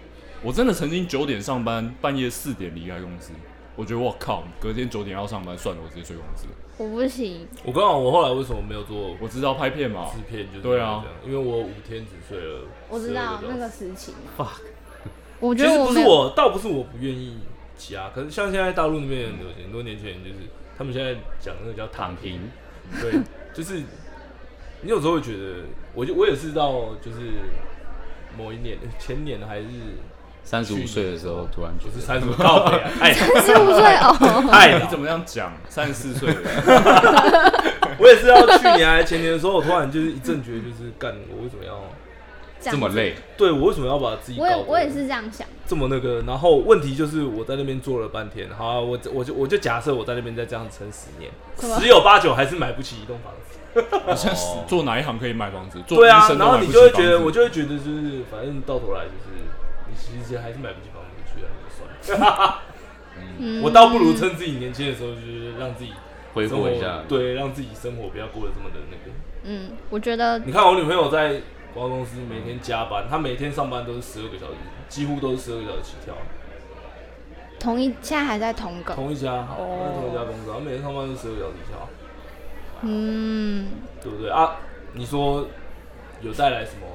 Speaker 5: 我真的曾经九点上班，半夜四点离开公司。我觉得我靠，隔天九点要上班，算了，我直接睡公司。
Speaker 6: 我不行，
Speaker 2: 我刚好我后来为什么没有做
Speaker 5: 我知道拍片嘛，
Speaker 2: 制片，就是
Speaker 5: 对啊
Speaker 2: 这样因为我五天只睡了12个小时。
Speaker 6: 我知道那个时期嘛。
Speaker 1: Fuck
Speaker 6: 我
Speaker 2: 其
Speaker 6: 觉
Speaker 2: 实
Speaker 6: 得
Speaker 2: 不
Speaker 6: 没
Speaker 2: 是
Speaker 6: 有，
Speaker 2: 我，倒不是我不愿意加，可是像现在大陆那边很流行，很多年轻人就是他们现在讲那个叫
Speaker 1: 躺
Speaker 2: 躺
Speaker 1: 平，
Speaker 2: 对，就是你有时候会觉得，我就我也是到就是某一年前年还是
Speaker 1: 三十五岁的时候突然觉
Speaker 2: 不
Speaker 1: 得
Speaker 2: 是三十五告别啊，太
Speaker 6: 三十五岁哦，
Speaker 2: 太
Speaker 5: 哎你
Speaker 2: 老
Speaker 5: 怎么这样讲？三十四岁的人，
Speaker 2: (laughs) 哦我也是到去年还是前年的时候，我突然就是一阵觉得，就是干，我为什么要？
Speaker 6: 这
Speaker 1: 这
Speaker 6: 样
Speaker 1: 么
Speaker 6: 子。
Speaker 1: 累，
Speaker 2: 对我为什么要把自己搞
Speaker 6: 我
Speaker 2: 得
Speaker 6: 也我也是这样想，
Speaker 2: 这么那个，然后问题就是我在那边做了半天，好、啊，我我就我就假设我在那边再这样撑十年
Speaker 6: 什么，
Speaker 2: 十有八九还是买不起一栋房子。
Speaker 5: 你现在是做哪一行可以买房子？做
Speaker 2: 对
Speaker 5: 医
Speaker 2: 啊，
Speaker 5: 生都
Speaker 2: 然后
Speaker 5: 买
Speaker 2: 你
Speaker 5: 不
Speaker 2: 就会
Speaker 5: 起
Speaker 2: 觉得，
Speaker 5: 房子
Speaker 2: 我就会觉得就是，反正到头来就是你其实还是买不起房子，去啊，就算了。
Speaker 6: (laughs) 嗯，
Speaker 2: 我倒不如趁自己年轻的时候，就是让自己
Speaker 1: 恢
Speaker 2: 生活
Speaker 1: 复一下。，
Speaker 2: 对，让自己生活不要过得这么的那个。
Speaker 6: 嗯，我觉得
Speaker 2: 你看我女朋友在广告公司每天加班，她每天上班都是十二个小时，几乎都是十二个小时起跳。
Speaker 6: 同一现在还在同个，
Speaker 2: 同一家，
Speaker 6: 哦
Speaker 2: 同一家公司，她每天上班都是十二个小时起跳，
Speaker 6: 嗯，
Speaker 2: 对不对啊？你说有带来什么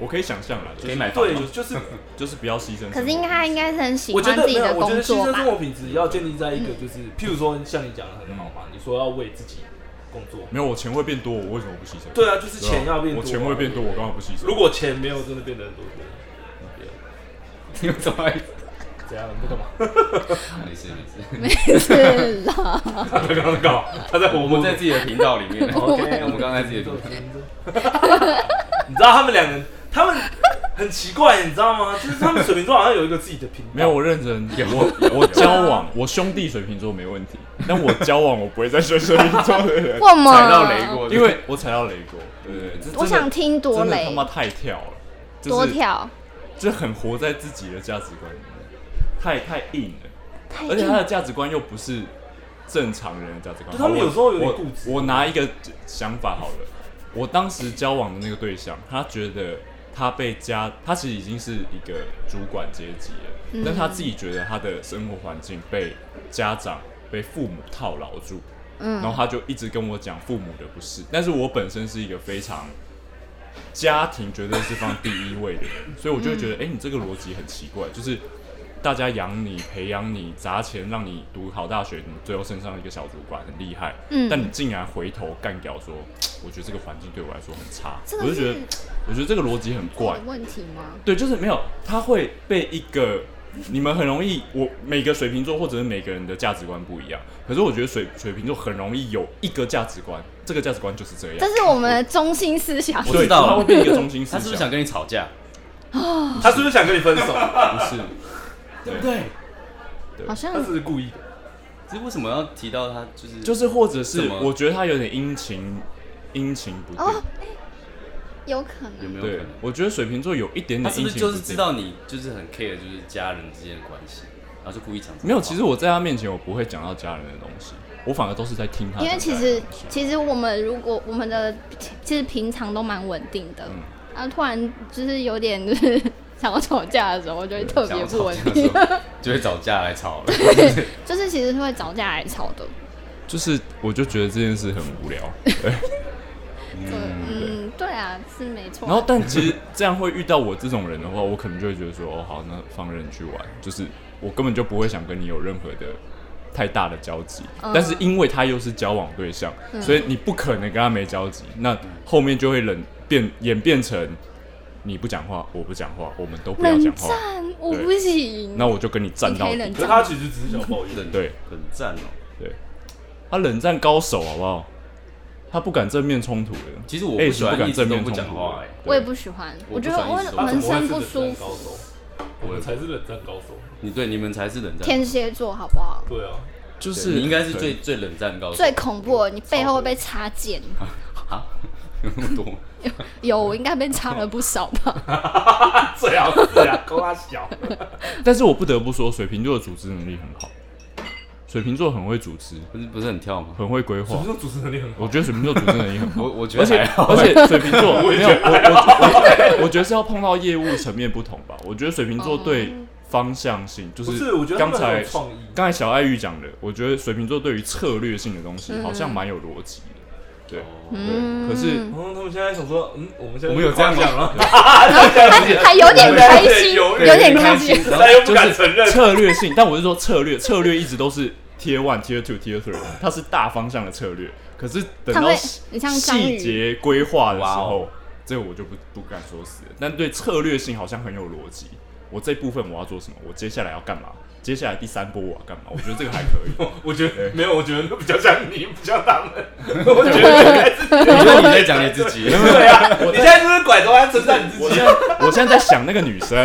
Speaker 5: 我可以想象啦，就
Speaker 1: 可以
Speaker 5: 是
Speaker 1: 买房
Speaker 2: 对，
Speaker 1: 吗？
Speaker 2: 就是
Speaker 5: 就是不要牺牲生活。
Speaker 6: 可是应该他应该是很喜
Speaker 2: 我
Speaker 6: 欢
Speaker 2: 觉得
Speaker 6: 自
Speaker 2: 没
Speaker 6: 己
Speaker 2: 有
Speaker 6: 的，
Speaker 2: 我觉
Speaker 6: 工
Speaker 2: 得牺
Speaker 6: 作
Speaker 2: 牲
Speaker 6: 吧
Speaker 2: 生。活品质要建立在一个就是，譬如说像你讲的很好嘛，你说要为自己工作，
Speaker 5: 没有我钱会变多，我为什么不牺牲？
Speaker 2: 对啊，就是
Speaker 5: 对啊
Speaker 2: 钱要变多，
Speaker 5: 我钱会变多，。我刚好不牺牲。
Speaker 2: 如果钱没有真的变得很多，对
Speaker 1: (laughs) 你们怎么会？
Speaker 2: 怎样？你在干嘛？
Speaker 1: 啊没事没事，
Speaker 6: 是啦，
Speaker 2: 他在刚刚搞，他在活
Speaker 1: (laughs) 我们
Speaker 2: 泼
Speaker 1: 在自己的频道
Speaker 6: (laughs)
Speaker 1: 里面。
Speaker 2: OK，
Speaker 1: 我们刚才自己的频道。
Speaker 2: 你知道他们两个人，他们很奇怪，你知道吗？就是他们水瓶座好像有一个自己的频道，
Speaker 5: 没有，我认真， (laughs) 我我交往，我兄弟水瓶座没问 (laughs) 题，但我交往我不会再选水瓶座的人，
Speaker 6: (laughs) 我们
Speaker 1: 踩到雷过，
Speaker 5: 因为我踩到雷过，对对对，这真的
Speaker 6: 我想听多
Speaker 5: 真的他
Speaker 6: 雷
Speaker 5: 妈太跳了，就是
Speaker 6: 多，跳，
Speaker 5: 就很活在自己的价值观里面，太太硬了，
Speaker 6: 太
Speaker 5: 而且他
Speaker 6: 硬
Speaker 5: 的价值观又不是正常人的价值观，
Speaker 2: 就他
Speaker 5: 好我
Speaker 2: 们有时候有点
Speaker 5: 我
Speaker 2: 固执
Speaker 5: 我拿一个想法好了，我当时交往的那个对象，他觉得。他被家，他其实已经是一个主管阶级了，
Speaker 6: 嗯
Speaker 5: 但他自己觉得他的生活环境被家长、被父母套牢住，然后
Speaker 6: 嗯，
Speaker 5: 他就一直跟我讲父母的不是，但是我本身是一个非常家庭绝对是放第一位
Speaker 6: (laughs)
Speaker 5: 的人，所以我就会觉得，
Speaker 6: 嗯
Speaker 5: 哎、你这个逻辑很奇怪，就是大家养你、培养你、砸钱让你读好大学，你最后升上一个小主管，很厉害，
Speaker 6: 嗯
Speaker 5: 但你竟然回头干掉说，我觉得这个环境对我来说很差，
Speaker 6: 这个
Speaker 5: 我就觉得
Speaker 6: 是，
Speaker 5: 我觉得这个逻辑很怪
Speaker 6: 有，问题吗？
Speaker 5: 对，就是没有，他会被一个你们很容易，我每个水瓶座或者是每个人的价值观不一样，可是我觉得水水瓶座很容易有一个价值观，这个价值观就是这
Speaker 6: 这
Speaker 5: 样。
Speaker 6: 是我们的中心思想。
Speaker 1: 我知道
Speaker 5: 对
Speaker 1: 了
Speaker 5: 他会变一个中心思
Speaker 1: 他
Speaker 5: 想，
Speaker 1: 是不是想跟你吵架？
Speaker 2: 他是不是想跟你分 (laughs) 手？
Speaker 5: 不是？对不对？
Speaker 6: 好像
Speaker 2: 他是不是故意的？
Speaker 1: 这为什么要提到他？就是
Speaker 5: 就是或者
Speaker 1: 怎
Speaker 5: 是
Speaker 1: 么
Speaker 5: 我觉得他有点阴晴阴晴不定，
Speaker 6: 哦，哎有可能
Speaker 1: 有没有可
Speaker 5: 对
Speaker 1: 能？
Speaker 5: 我觉得水瓶座有一点
Speaker 1: 他是
Speaker 5: 点阴晴
Speaker 1: 不是就
Speaker 5: 不定。
Speaker 1: 是知道你就是很 care 就是家人之间的关系，然后就故意讲这种话？
Speaker 5: 没有？其实我在他面前我不会讲到家人的东西，我反而都是在听他讲
Speaker 6: 因
Speaker 5: 家人
Speaker 6: 为
Speaker 5: 的东西。
Speaker 6: 其实其实我们如果我们的其实平常都蛮稳定的，
Speaker 5: 嗯
Speaker 6: 然后突然就是有点 (laughs) 就是想要吵架的时候，我就会特别不稳定
Speaker 1: 想，要吵架的时候就会找架来 (laughs) 吵了。
Speaker 6: 就是其实是会吵架来吵的。
Speaker 5: 就是我就觉得这件事很无聊。
Speaker 6: 对，嗯，对啊，是没错。
Speaker 5: (laughs) 然后，但其实这样会遇到我这种人的话，我可能就会觉得说，哦，好，那放任你去玩，就是我根本就不会想跟你有任何的太大的交集。
Speaker 6: 嗯
Speaker 5: 但是因为他又是交往对象，所以你不可能跟他没交集，那后面就会冷变演变成你不讲话，我不讲话，我们都不要
Speaker 6: 冷
Speaker 5: 讲话，
Speaker 6: 战我不行，
Speaker 5: 那我就跟你站
Speaker 6: 你
Speaker 5: 到
Speaker 6: 可以
Speaker 5: 底
Speaker 6: 冷。
Speaker 2: 可是他
Speaker 6: 战，
Speaker 2: 其实只是想抱怨。
Speaker 1: 冷
Speaker 5: 对
Speaker 1: 冷战哦。
Speaker 5: 对，他冷战高手好不好？他不敢正面冲突的。
Speaker 1: 其实我
Speaker 5: 哎
Speaker 1: 不喜欢
Speaker 5: 不敢
Speaker 1: 一直
Speaker 5: 正
Speaker 1: 都
Speaker 5: 面
Speaker 1: 不
Speaker 5: 冲突
Speaker 1: 讲话
Speaker 5: 的
Speaker 1: 哎，
Speaker 6: 我也不喜欢，
Speaker 1: 我
Speaker 6: 我觉得
Speaker 1: 不喜欢一直
Speaker 6: 我
Speaker 1: 都
Speaker 2: 他
Speaker 6: 浑
Speaker 2: 怎么会
Speaker 6: 身
Speaker 2: 是
Speaker 6: 不
Speaker 2: 冷
Speaker 6: 舒
Speaker 2: 战高
Speaker 6: 服。
Speaker 2: 手？我们才是冷战高手。
Speaker 1: 你对你们才是冷战，
Speaker 6: 天蝎座好不好？
Speaker 2: 对啊，
Speaker 5: 就
Speaker 1: 对
Speaker 5: 是
Speaker 1: 你应该是
Speaker 5: 对
Speaker 1: 最最冷战的高手，
Speaker 6: 最恐怖的，你背后会被插剑。
Speaker 1: 啊有那么 (laughs) 多，
Speaker 6: 有，我应该被插了不少
Speaker 2: (laughs)
Speaker 6: 吧？
Speaker 2: (laughs) 最好是啊，勾他小。
Speaker 5: 但是我不得不说，水瓶座的组织能力很好，水瓶座很会组织，
Speaker 1: 不是不是很跳 (laughs) 吗？
Speaker 5: 很会规
Speaker 2: 我
Speaker 5: 划
Speaker 2: 们。说主持能力很好，
Speaker 5: 我觉得水瓶座组织能力
Speaker 2: (laughs)
Speaker 5: 很好，
Speaker 1: 我我觉
Speaker 5: 而
Speaker 1: 得
Speaker 5: 且
Speaker 1: 还好，
Speaker 5: 而且水瓶座没有我我我我觉得是要碰到业务层面不同吧。我觉得水瓶座对方向性就
Speaker 2: 不是？我觉得
Speaker 5: 刚
Speaker 2: 他们很
Speaker 5: 才
Speaker 2: 有创意。
Speaker 5: 刚才小爱玉讲的，我觉得水瓶座对于策略性的东西好像蛮有逻辑的，对对。可是
Speaker 6: 嗯
Speaker 2: 然后哦他们现在想说，嗯，我们现在
Speaker 1: 我们有这样吗
Speaker 2: 讲了，哎
Speaker 6: 他还有点开心，
Speaker 2: 有
Speaker 6: 有点开心。
Speaker 1: 然后
Speaker 2: 但又不
Speaker 5: 就
Speaker 2: 敢承认
Speaker 5: 是。策略性，但我是说策略，策略一直都是 tier one、tier two、tier three，它是大方向的策略。可是等
Speaker 6: 它
Speaker 5: 到
Speaker 6: 会
Speaker 5: 细
Speaker 6: 你像章鱼
Speaker 5: 细节规划的时
Speaker 1: 哇
Speaker 5: 候
Speaker 1: 哦，
Speaker 5: 这个我就不不敢说死了。但对策略性好像很有逻辑。我这部分我要做什么？我接下来要干嘛？接下来第三波我要干嘛？我觉得这个还可以。
Speaker 2: 我觉得没有，我觉得那比较像你，不像他 (laughs) 们。我觉得应该是
Speaker 1: 我觉 (laughs) 得你在讲你自己，
Speaker 2: 对啊，你现在是不是拐头在称赞你自
Speaker 5: 我
Speaker 2: 己
Speaker 5: 现？在
Speaker 2: (laughs)
Speaker 5: 我现在在想那个女生，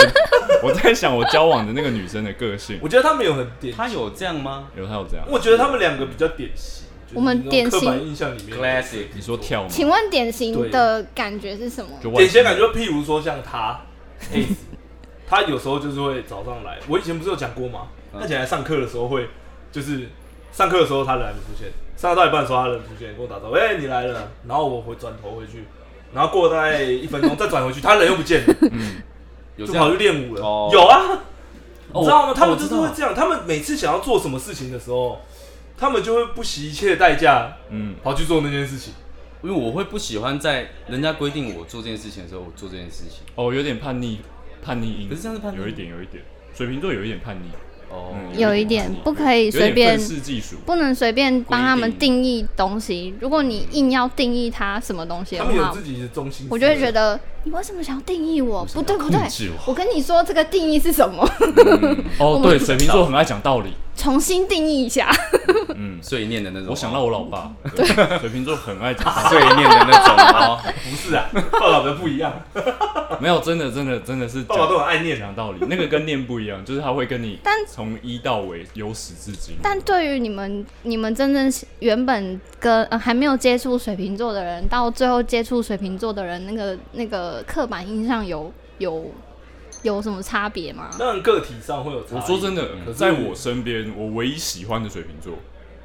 Speaker 5: 我在想我交往的那个女生的个性
Speaker 2: 我。觉得他们有很典型，
Speaker 1: 他有这样吗
Speaker 5: 有她有这样？
Speaker 2: 我觉得他们两个比较典型。就是
Speaker 6: 我们
Speaker 2: 那种
Speaker 6: 典型
Speaker 2: 刻板印象里面，
Speaker 1: ？Classic，
Speaker 5: 你说跳吗？
Speaker 6: 请问典型的感觉是什么？
Speaker 5: 就外
Speaker 2: 典型感觉，譬如说像 (laughs) 他 A 子，他有时候就是会早上来。我以前不是有讲过吗？
Speaker 1: 嗯
Speaker 2: 他以前来上课的时候会，就是上课的时候他人还没出现，上到一半的时候他人出现，跟我打招呼，哎、你来了。然后我回转头回去，然后过了大概一分钟再转回去，他人又不见了，
Speaker 1: 有
Speaker 2: 就
Speaker 1: 这
Speaker 2: 跑
Speaker 1: 样
Speaker 2: 去练舞了。
Speaker 1: 哦
Speaker 2: 有啊，
Speaker 1: 哦
Speaker 2: 你知道吗
Speaker 1: 我？
Speaker 2: 他们
Speaker 1: 哦
Speaker 2: 就是
Speaker 1: 我知
Speaker 2: 会
Speaker 1: 道
Speaker 2: 这样，他们每次想要做什么事情的时候，他们就会不惜一切代价
Speaker 5: 嗯，
Speaker 2: 跑去做那件事情。
Speaker 1: 因为我会不喜欢在人家规定我做这件事情的时候，我做这件事情。
Speaker 5: 哦，有点叛逆，叛逆音，
Speaker 1: 可是这样是叛逆
Speaker 5: 有一点，有一点，水瓶座有一点叛逆，
Speaker 1: 哦，
Speaker 5: 嗯
Speaker 6: 有一点不可以
Speaker 5: 有
Speaker 6: 随
Speaker 5: 点
Speaker 6: 便
Speaker 5: 愤世嫉俗，
Speaker 6: 不能随便帮他们
Speaker 1: 规定
Speaker 6: 定义东西。如果你硬要定义它什么东西的
Speaker 2: 他们有
Speaker 6: 话，
Speaker 2: 自己的中心思想，
Speaker 6: 我就会觉得你为什么想要定义我？不对不对
Speaker 1: 控制，我
Speaker 6: 我跟你说这个定义是什么？ (laughs)
Speaker 5: 哦，
Speaker 6: 们
Speaker 5: 对，水瓶座很爱讲道理，
Speaker 6: 重新定义一下。
Speaker 5: 嗯，
Speaker 1: 碎念的那种。
Speaker 5: 我
Speaker 1: (laughs)
Speaker 5: 想到我老
Speaker 6: (laughs)
Speaker 5: 爸，对，水瓶座很爱讲道
Speaker 1: 碎念的那种 (laughs) 哦，
Speaker 2: 不是啊，报道的不一
Speaker 1: (laughs)
Speaker 2: 样，
Speaker 5: 理，没有，真的，真的，真的是
Speaker 2: 报道都
Speaker 5: 讲
Speaker 2: 很爱念啊。
Speaker 5: 讲道理，那个跟念不一样，就是他会跟你，
Speaker 6: 但
Speaker 5: 从一到尾由始至今，
Speaker 6: 但对于你们，你们真正是原本跟、呃、还没有接触水瓶座的人，到最后接触水瓶座的人，那个那个刻板印象有有有什么差别吗？
Speaker 2: 当然个体上会有差异。
Speaker 5: 我说真
Speaker 2: 可
Speaker 5: 的，
Speaker 2: 是
Speaker 5: 在我身边，我唯一喜欢的水瓶座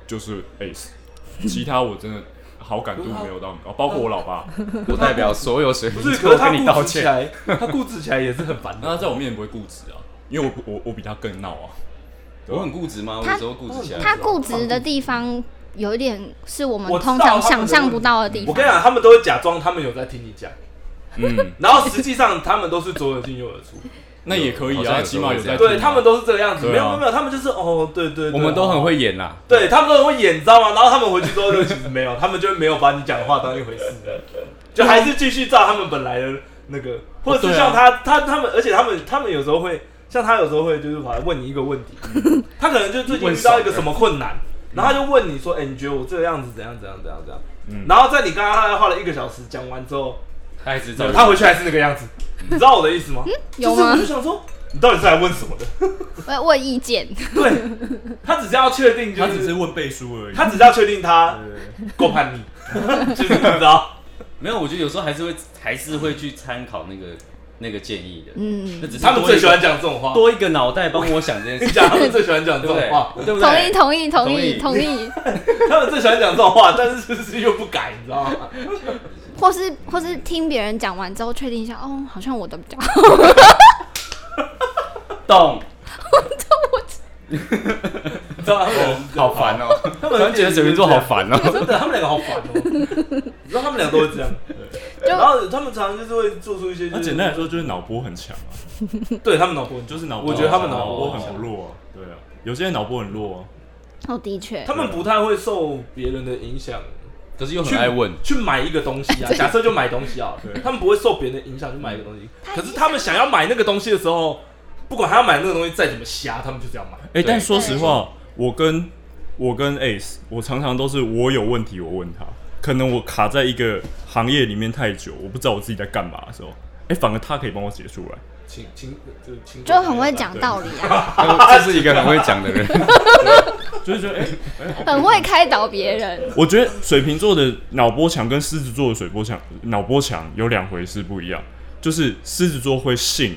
Speaker 5: 就是 Ace，其他我真的好感度没有到很高，包括我老爸，
Speaker 1: 我代表所有水
Speaker 2: 不
Speaker 1: 瓶
Speaker 2: 是，可
Speaker 1: 座
Speaker 2: 是他
Speaker 1: 跟你道
Speaker 2: 固执起
Speaker 1: 歉。
Speaker 2: 来，他固执起来也是很烦
Speaker 5: 那他
Speaker 2: 的。
Speaker 5: 在我面前不会固执啊，因为我不我我比他更闹啊，
Speaker 1: 我很固执吗？我有时候固执起来。
Speaker 6: 他固执的地方有一点是我们
Speaker 2: 我知道
Speaker 6: 通常想象不到的地方
Speaker 2: 我跟。你讲，他们都会假装他们有在听你讲，
Speaker 5: 嗯，
Speaker 2: (laughs) 然后实际上他们都是左耳进右耳出。
Speaker 5: 那也可以
Speaker 1: 好
Speaker 5: 啊，
Speaker 1: 像有时候
Speaker 5: 起码有在
Speaker 1: 会这
Speaker 5: 听啊
Speaker 2: 对他们都是这个样子，
Speaker 5: 对啊
Speaker 2: 没有没有没有，他们就是哦，对对，
Speaker 1: 我
Speaker 2: 对
Speaker 1: 们都很，会演啦，
Speaker 2: 对他们都很会演，你知道吗？然后他们回去之后就其实没有，他们就没有把你讲的话当一回事的，就还是继续照他们本来的那个，或者
Speaker 5: 哦
Speaker 2: 是
Speaker 5: 对啊
Speaker 2: 像他他他们，而且他们他们有时候会像他有时候会就是反正问你一个问题，
Speaker 5: (laughs)
Speaker 2: 他可能就最近遇到一个什么困难，然后他就问你说，哎，你觉得我这个样子怎样怎样怎样怎样？
Speaker 5: 嗯
Speaker 2: 然后在你刚刚大概花了一个小时讲完之后，
Speaker 1: 他一直
Speaker 5: 嗯
Speaker 1: 在。
Speaker 2: 他回去还是那个样子，你知道我的意思吗？
Speaker 6: 嗯有
Speaker 2: 就是
Speaker 6: 吗
Speaker 2: 我就想说，你到底是来问什么的？
Speaker 6: 我要问意见， (laughs)
Speaker 2: 对他只是要确定，就
Speaker 5: 他只
Speaker 2: 是
Speaker 5: 是问背书而已，
Speaker 2: 他只是要确定他够叛逆， (laughs) 就是你知道，
Speaker 1: 没有，我觉得有时候还是会还是会去参考那个那个建议的。那
Speaker 6: 嗯，
Speaker 1: 只是
Speaker 2: 他们
Speaker 1: 多一个
Speaker 2: 最喜欢讲这种话。
Speaker 1: 多一个脑袋帮我想 (laughs) 这件事
Speaker 2: 跟你
Speaker 1: 情，
Speaker 2: 讲，他们最喜欢讲这
Speaker 1: 对不
Speaker 2: 种
Speaker 1: 对
Speaker 2: 话，？
Speaker 1: 对不 (laughs)
Speaker 6: 同
Speaker 1: 对
Speaker 6: 意？同意同意
Speaker 1: 同
Speaker 6: 同意，
Speaker 2: 他们最喜欢讲这种话，但是就是又不改，你知道吗？
Speaker 6: 或是或是听别人讲完之后确定一下，哦，好像我的比较 (laughs) 好。
Speaker 1: 懂。
Speaker 2: (laughs) 你知道他们两个是这样
Speaker 1: 好烦哦！
Speaker 2: 他
Speaker 1: 突
Speaker 2: 们
Speaker 1: 然觉得水瓶座好烦哦。
Speaker 2: 真的，他们两个好烦哦。你知道他们俩都会这样，
Speaker 6: 就
Speaker 2: 然后他们常常就是会做出一些，
Speaker 5: 那
Speaker 2: 就
Speaker 5: 简单
Speaker 2: 是
Speaker 5: 来说就是脑波很强啊，
Speaker 2: 对他们脑波，
Speaker 5: 就是脑，
Speaker 2: 我觉得他们脑
Speaker 5: 脑
Speaker 2: 波很
Speaker 5: 很不弱啊，对啊，有些人脑波很弱啊，
Speaker 6: 哦，的确
Speaker 2: 他，们不太会受别人的影响。
Speaker 1: 可是又很爱问，
Speaker 2: 去买一个东西啊，假设就买东西啊
Speaker 5: 对，
Speaker 2: 他们不会受别人的影响去买一个东西。可是他们想要买那个东西的时候，不管他要买那个东西再怎么瞎，他们就这样买。
Speaker 5: 哎，但说实话，我跟我跟 Ace，我常常都是我有问题我问他，可能我卡在一个行业里面太久，我不知道我自己在干嘛的时候，哎，反而他可以帮我解出来。
Speaker 2: 请请就是请
Speaker 6: 就很会讲道理啊，
Speaker 1: 这是一个很会讲 (laughs) 的人。
Speaker 5: 就是觉得，哎、
Speaker 6: 很会开导别
Speaker 2: (laughs)
Speaker 5: (laughs)
Speaker 6: 人。
Speaker 5: 我觉得水瓶座的脑波强跟狮子座的水波强、脑波强有两回事不一样。就是狮子座会信